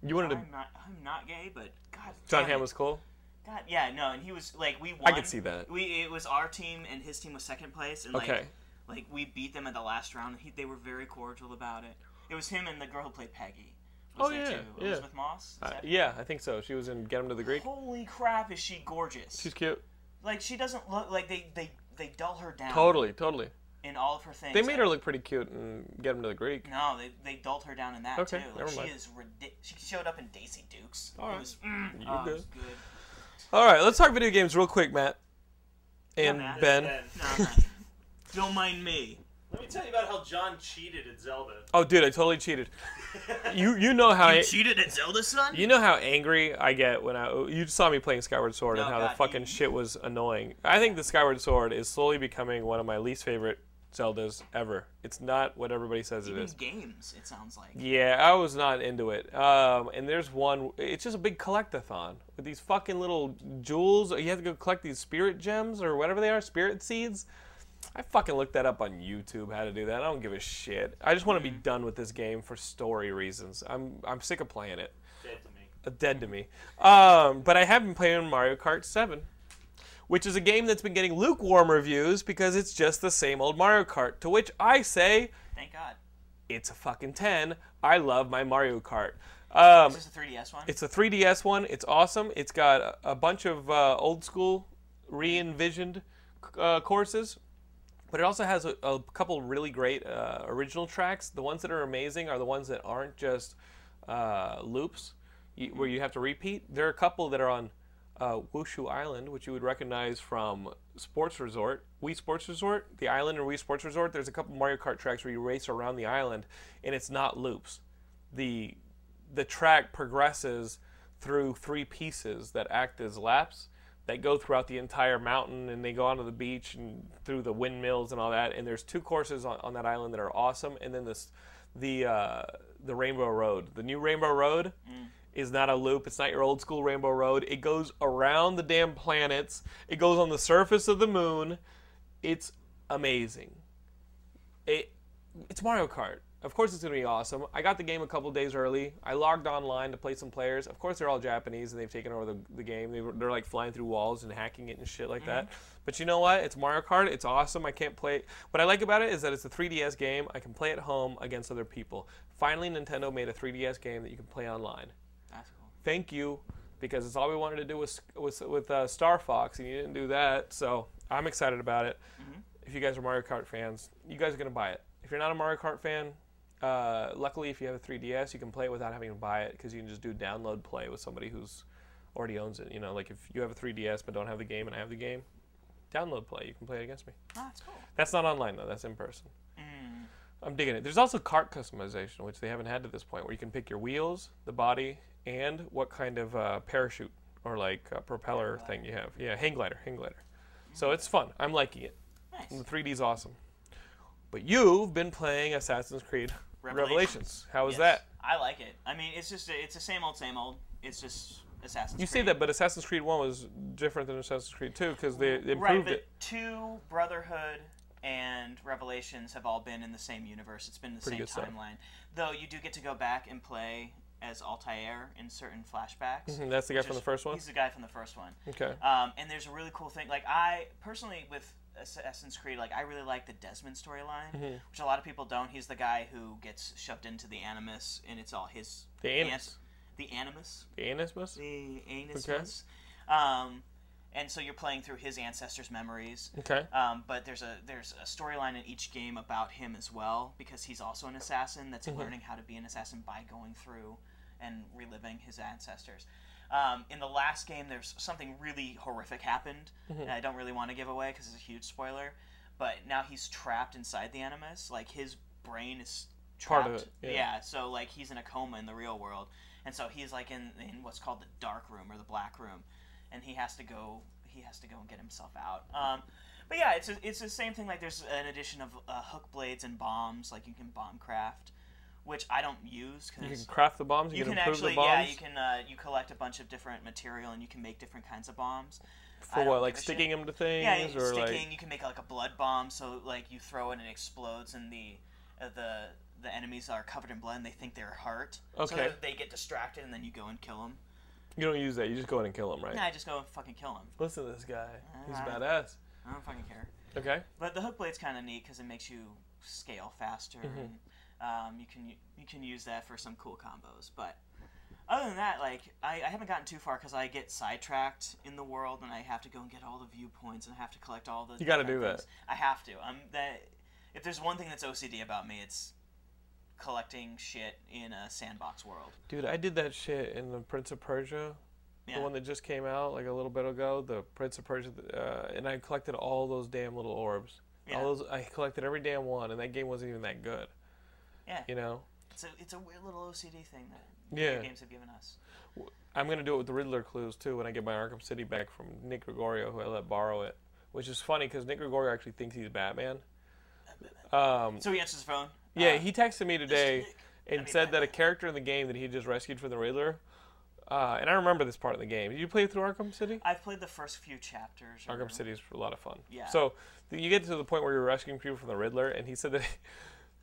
Speaker 1: You wanted to.
Speaker 2: I'm not. I'm not gay, but God.
Speaker 1: John
Speaker 2: damn it.
Speaker 1: Hamm was cool?
Speaker 2: God, yeah, no, and he was like, we. Won.
Speaker 1: I could see that.
Speaker 2: We it was our team, and his team was second place, and like,
Speaker 1: Okay.
Speaker 2: like we beat them at the last round. And he, they were very cordial about it. It was him and the girl who played Peggy. Was
Speaker 1: Oh,
Speaker 2: there
Speaker 1: yeah,
Speaker 2: too.
Speaker 1: yeah.
Speaker 2: Elizabeth Moss. Is
Speaker 1: Uh,
Speaker 2: that-
Speaker 1: yeah, I think so. She was in Get Him to the Greek.
Speaker 2: Holy crap, is she gorgeous?
Speaker 1: She's cute.
Speaker 2: like she doesn't look like they they they dull her down.
Speaker 1: Totally, totally.
Speaker 2: In all of her things.
Speaker 1: They made her
Speaker 2: Like,
Speaker 1: look pretty cute in Get Him to the Greek.
Speaker 2: No, they they dulled her down in that
Speaker 1: Okay,
Speaker 2: too. Like,
Speaker 1: never
Speaker 2: she
Speaker 1: mind.
Speaker 2: is ridiculous. She showed up in Daisy Dukes. It
Speaker 1: right.
Speaker 2: was, mm,
Speaker 1: You're
Speaker 2: oh, it
Speaker 1: good.
Speaker 2: was good.
Speaker 1: All right, let's talk video games real quick, Matt. And
Speaker 2: Matt.
Speaker 1: Ben.
Speaker 3: Ben,
Speaker 2: No, I'm not. don't mind me.
Speaker 3: let me tell you about how John cheated at Zelda.
Speaker 1: Oh, dude, I totally cheated. you you know how I,
Speaker 2: Cheated at Zelda, son.
Speaker 1: you know how angry I get when I you saw me playing Skyward Sword and
Speaker 2: No,
Speaker 1: how the
Speaker 2: God,
Speaker 1: fucking
Speaker 2: you-
Speaker 1: shit was annoying. I think the Skyward Sword is slowly becoming one of my least favorite Zeldas ever. It's not what everybody says it
Speaker 2: Even
Speaker 1: is.
Speaker 2: games, it sounds like.
Speaker 1: Yeah, I was not into it. Um, and there's one. It's just a big collectathon with these fucking little jewels. You have to go collect these spirit gems or whatever they are, spirit seeds. I fucking looked that up on YouTube how to do that. I don't give a shit. I just want to be done with this game for story reasons. I'm I'm sick of playing it.
Speaker 3: Dead to me.
Speaker 1: Uh, Dead to me. Um, but I have been playing Mario Kart 7, which is a game that's been getting lukewarm reviews because it's just the same old Mario Kart. To which I say,
Speaker 2: Thank God.
Speaker 1: it's a fucking 10. I love my Mario Kart. Um,
Speaker 2: Is this a 3DS one?
Speaker 1: it's a 3DS one. It's awesome. It's got a, a bunch of uh, old school re envisioned uh, courses, but it also has a, a couple really great uh, original tracks. The ones that are amazing are the ones that aren't just uh, loops you, where you have to repeat. There are a couple that are on uh, Wushu Island, which you would recognize from Sports Resort, Wii Sports Resort, the island in Wii Sports Resort. There's a couple Mario Kart tracks where you race around the island, and it's not loops. The the track progresses through three pieces that act as laps that go throughout the entire mountain and they go onto the beach and through the windmills and all that and there's two courses on, on that island that are awesome and then this the uh, the rainbow road the new rainbow road is not a loop it's not your old school rainbow road it goes around the damn planets it goes on the surface of the moon it's amazing it it's Mario Kart. Of course, it's going to be awesome. I got the game a couple days early. I logged online to play some players. Of course, they're all Japanese and they've taken over the, the game. They were, they're like flying through walls and hacking it and shit like that. But you know what? It's Mario Kart. It's awesome. I can't play. What I like about it is that it's a 3DS game. I can play at home against other people. Finally, Nintendo made a 3DS game that you can play online
Speaker 2: That's cool.
Speaker 1: thank you because it's all we wanted to do was was with uh, Star Fox and you didn't do that. So I'm excited about it. If you guys are Mario Kart fans, you guys are gonna buy it. If you're not a Mario Kart fan, uh, luckily if you have a 3DS, you can play it without having to buy it because you can just do download play with somebody who's already owns it. You know, like if you have a 3DS but don't have the game and I have the game, download play. You can play it against me.
Speaker 2: That's Ah, cool.
Speaker 1: That's not online though. That's in person.
Speaker 2: Mm.
Speaker 1: I'm digging it. There's also cart customization, which they haven't had to this point, where you can pick your wheels, the body, and what kind of uh, parachute or like uh, propeller thing you have. Yeah, hang glider, hang glider. So it's fun. I'm liking it.
Speaker 2: Mm. Nice.
Speaker 1: The 3D's awesome. But you've been playing Assassin's Creed
Speaker 2: Revelations.
Speaker 1: Revelations. How was
Speaker 2: Yes.
Speaker 1: that?
Speaker 2: I like it. I mean, it's just it's the same old, same old. It's just Assassin's.
Speaker 1: You say
Speaker 2: Creed.
Speaker 1: that, but Assassin's Creed One was different than Assassin's Creed Two because they, they improved
Speaker 2: right? But
Speaker 1: it.
Speaker 2: two Brotherhood and Revelations have all been in the same universe. It's been the
Speaker 1: Pretty
Speaker 2: same
Speaker 1: good stuff.
Speaker 2: timeline. Though you do get to go back and play as Altair in certain flashbacks.
Speaker 1: Mhm, that's the guy from the
Speaker 2: Just-
Speaker 1: first one?
Speaker 2: He's the guy from the first one.
Speaker 1: Okay.
Speaker 2: Um, and there's a really cool thing. Like I personally with Assassin's Creed, like I really like the Desmond storyline,
Speaker 1: Mm-hmm.
Speaker 2: which a lot of people don't. He's the guy who gets shoved into the Animus, and it's all his
Speaker 1: The Animus.
Speaker 2: the Animus,
Speaker 1: The Anismus?
Speaker 2: the Anus.
Speaker 1: Okay.
Speaker 2: was. Um, and so you're playing through his ancestors' memories.
Speaker 1: Okay.
Speaker 2: Um, but there's a there's a storyline in each game about him as well because he's also an assassin that's
Speaker 1: Mm-hmm.
Speaker 2: learning how to be an assassin by going through and reliving his ancestors. Um, in the last game, there's something really horrific happened.
Speaker 1: Mm-hmm.
Speaker 2: And I don't really want to give away because it's a huge spoiler. But now he's trapped inside the Animus. Like his brain is trapped.
Speaker 1: Part of it, yeah.
Speaker 2: So like he's in a coma in the real world, and so he's like in in what's called the dark room or the black room, and he has to go he has to go and get himself out. Um, but yeah, it's it's the same thing. Like there's an addition of uh, hook blades and bombs. Like you can bomb craft, which I don't use because
Speaker 1: You can craft the bombs. You,
Speaker 2: you
Speaker 1: can,
Speaker 2: can
Speaker 1: improve
Speaker 2: actually
Speaker 1: the
Speaker 2: yeah
Speaker 1: bombs.
Speaker 2: you can uh, you collect a bunch of different material and you can make different kinds of bombs. I
Speaker 1: for
Speaker 2: don't
Speaker 1: what,
Speaker 2: give
Speaker 1: like
Speaker 2: a shit.
Speaker 1: sticking them to things,
Speaker 2: Yeah, you-
Speaker 1: or
Speaker 2: sticking.
Speaker 1: like
Speaker 2: You can make like a blood bomb, so like you throw it and it explodes, and the uh, the the enemies are covered in blood and they think they're hurt. So
Speaker 1: Okay.
Speaker 2: they, they get distracted and then you go and kill them.
Speaker 1: you don't use that. You just go in and kill them, right?
Speaker 2: And I just go and fucking kill them.
Speaker 1: Listen to this guy. He's
Speaker 2: Alright.
Speaker 1: badass.
Speaker 2: I don't fucking care.
Speaker 1: Okay.
Speaker 2: But the hook blade's kind of neat because it makes you scale faster. And,
Speaker 1: Mm-hmm.
Speaker 2: um, you can you can use that for some cool combos. But other than that, like I, I haven't gotten too far because I get sidetracked in the world and I have to go and get all the viewpoints and I have to collect all the.
Speaker 1: You gotta
Speaker 2: different
Speaker 1: do that.
Speaker 2: things. I have to. I'm that. If there's one thing that's OCD about me, it's collecting shit in a sandbox world.
Speaker 1: Dude, I did that shit in the Prince of Persia,
Speaker 2: Yeah.
Speaker 1: the one that just came out like a little bit ago. The Prince of Persia, uh, and I collected all those damn little orbs.
Speaker 2: Yeah.
Speaker 1: All those I collected every damn one, and that game wasn't even that good.
Speaker 2: Yeah.
Speaker 1: You know,
Speaker 2: It's a it's a weird little OCD thing that
Speaker 1: Yeah.
Speaker 2: video games have given us.
Speaker 1: I'm gonna do it with the Riddler clues too when I get my Arkham City back from Nick Gregorio, who I let borrow it. Which is funny because Nick Gregorio actually thinks he's Batman. Um,
Speaker 2: So he answers the phone. Uh,
Speaker 1: Yeah, he texted me today
Speaker 2: Nick.
Speaker 1: and
Speaker 2: mean,
Speaker 1: said that a character in the game that he just rescued from the Riddler. Uh, and I remember this part of the game. Did you play through Arkham City?
Speaker 2: I've played the first few chapters. or-
Speaker 1: Arkham City is a lot of fun.
Speaker 2: Yeah.
Speaker 1: So th- you get to the point where you're rescuing people from the Riddler, and he said that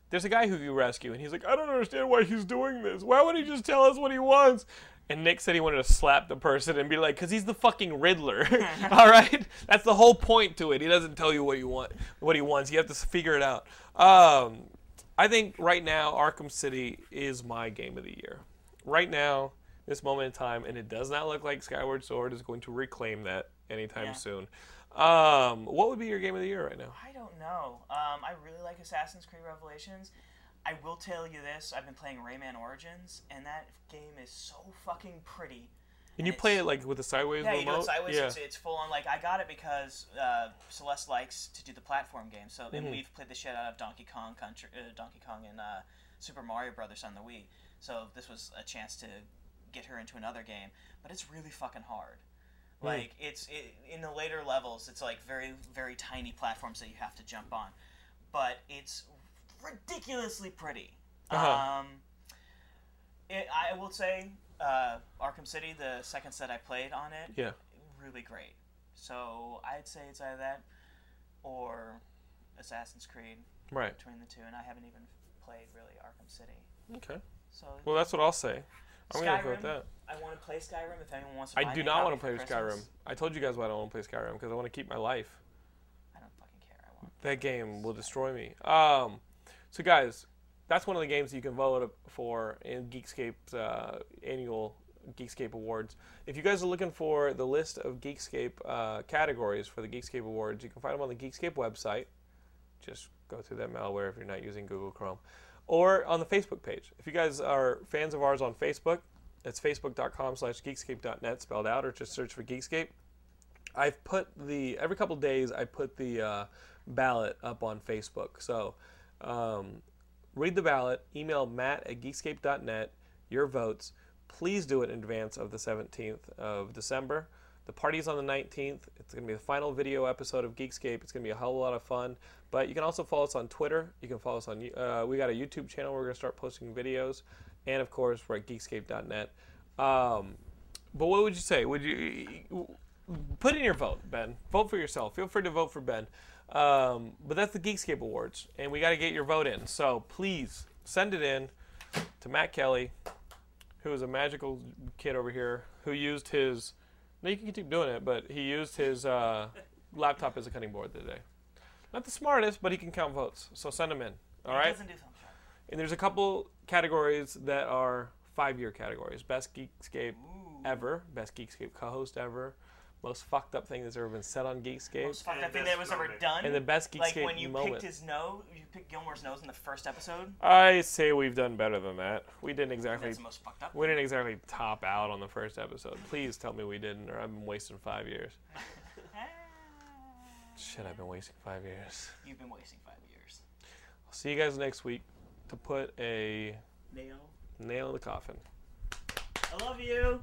Speaker 1: there's a guy who you rescue, and he's like, I don't understand why he's doing this. Why would he just tell us what he wants? And Nick said he wanted to slap the person and be like, because he's the fucking Riddler. All right? That's the whole point to it. He doesn't tell you what you want, what he wants. You have to s- figure it out. Um, I think right now, Arkham City is my game of the year. Right now, this moment in time, and it does not look like Skyward Sword is going to reclaim that anytime
Speaker 2: Yeah.
Speaker 1: soon. Um, what would be your game of the year right now?
Speaker 2: I don't know. Um, I really like Assassin's Creed Revelations. I will tell you this: I've been playing Rayman Origins, and that game is so fucking pretty.
Speaker 1: And you
Speaker 2: it's-
Speaker 1: play it like with the sideways
Speaker 2: Yeah,
Speaker 1: remote.
Speaker 2: you do it sideways.
Speaker 1: Yeah.
Speaker 2: It's, it's full on. Like I got it because uh, Celeste likes to do the platform games. So
Speaker 1: Mm-hmm.
Speaker 2: and we've played the shit out of Donkey Kong Country, uh, Donkey Kong and uh, Super Mario Brothers on the Wii. So this was a chance to get her into another game, but it's really fucking hard.
Speaker 1: Mm.
Speaker 2: Like it's it, in the later levels, it's like very very tiny platforms that you have to jump on, but it's ridiculously pretty.
Speaker 1: Uh-huh.
Speaker 2: Um, it, I will say, uh, Arkham City, the second set I played on it,
Speaker 1: yeah.
Speaker 2: really great. So I'd say it's either that or Assassin's Creed
Speaker 1: Right.
Speaker 2: between the two, and I haven't even played really Arkham City.
Speaker 1: Okay.
Speaker 2: So
Speaker 1: Well, that's what I'll say. I'm gonna go with
Speaker 2: Skyrim. Oh,
Speaker 1: that.
Speaker 2: I want to play Skyrim if anyone wants to.
Speaker 1: I
Speaker 2: buy
Speaker 1: do
Speaker 2: me a
Speaker 1: not want to play
Speaker 2: copy for
Speaker 1: Skyrim.
Speaker 2: Christmas.
Speaker 1: I told you guys why I don't want to play Skyrim because I want to keep my life.
Speaker 2: I don't fucking care. I want.
Speaker 1: That game will destroy me. Um, so guys, that's one of the games you can vote for in Geekscape's uh, annual Geekscape Awards. If you guys are looking for the list of Geekscape uh, categories for the Geekscape Awards, you can find them on the Geekscape website. Just go through that malware if you're not using Google Chrome, or on the Facebook page. If you guys are fans of ours on Facebook, it's facebook.com/geekscape.net spelled out, or just search for Geekscape. I've put the every couple days I put the uh, ballot up on Facebook. So um, read the ballot, email Matt at geekscape.net your votes. Please do it in advance of the 17th of December. The party's on the 19th. It's going to be the final video episode of Geekscape. It's going to be a hell of a lot of fun. But you can also follow us on Twitter. You can follow us on. Uh, we got a YouTube channel. We're going to start posting videos, and of course, we're at geekscape.net. Um, but what would you say? Would you put in your vote, Ben? Vote for yourself. Feel free to vote for Ben. Um, but that's the Geekscape Awards, and we got to get your vote in. So please send it in to Matt Kelly who was a magical kid over here who used his. No, you can keep doing it, but he used his uh, laptop as a cutting board today. Not the smartest, but he can count votes. So send him in. All right.
Speaker 2: Doesn't do thumbs up.
Speaker 1: And there's a couple categories that are five-year categories: best Geekscape ever, best Geekscape co-host ever, most fucked up thing that's ever been said on Geekscape,
Speaker 2: Most fucked
Speaker 3: And
Speaker 2: up thing
Speaker 3: best
Speaker 2: that was ever
Speaker 3: moment.
Speaker 2: done.
Speaker 1: and the best
Speaker 2: like
Speaker 1: Geekscape
Speaker 2: when you
Speaker 1: moment.
Speaker 2: picked his nose, you picked Gilmore's nose in the first episode.
Speaker 1: I say we've done better than that. We didn't exactly.
Speaker 2: That's the most fucked up.
Speaker 1: We didn't exactly top out on the first episode. Please tell me we didn't, or I've been wasting five years. Shit, I've been wasting five years.
Speaker 2: You've been wasting five years.
Speaker 1: I'll see you guys next week to put a
Speaker 2: Nail.
Speaker 1: nail in the coffin.
Speaker 2: I love you.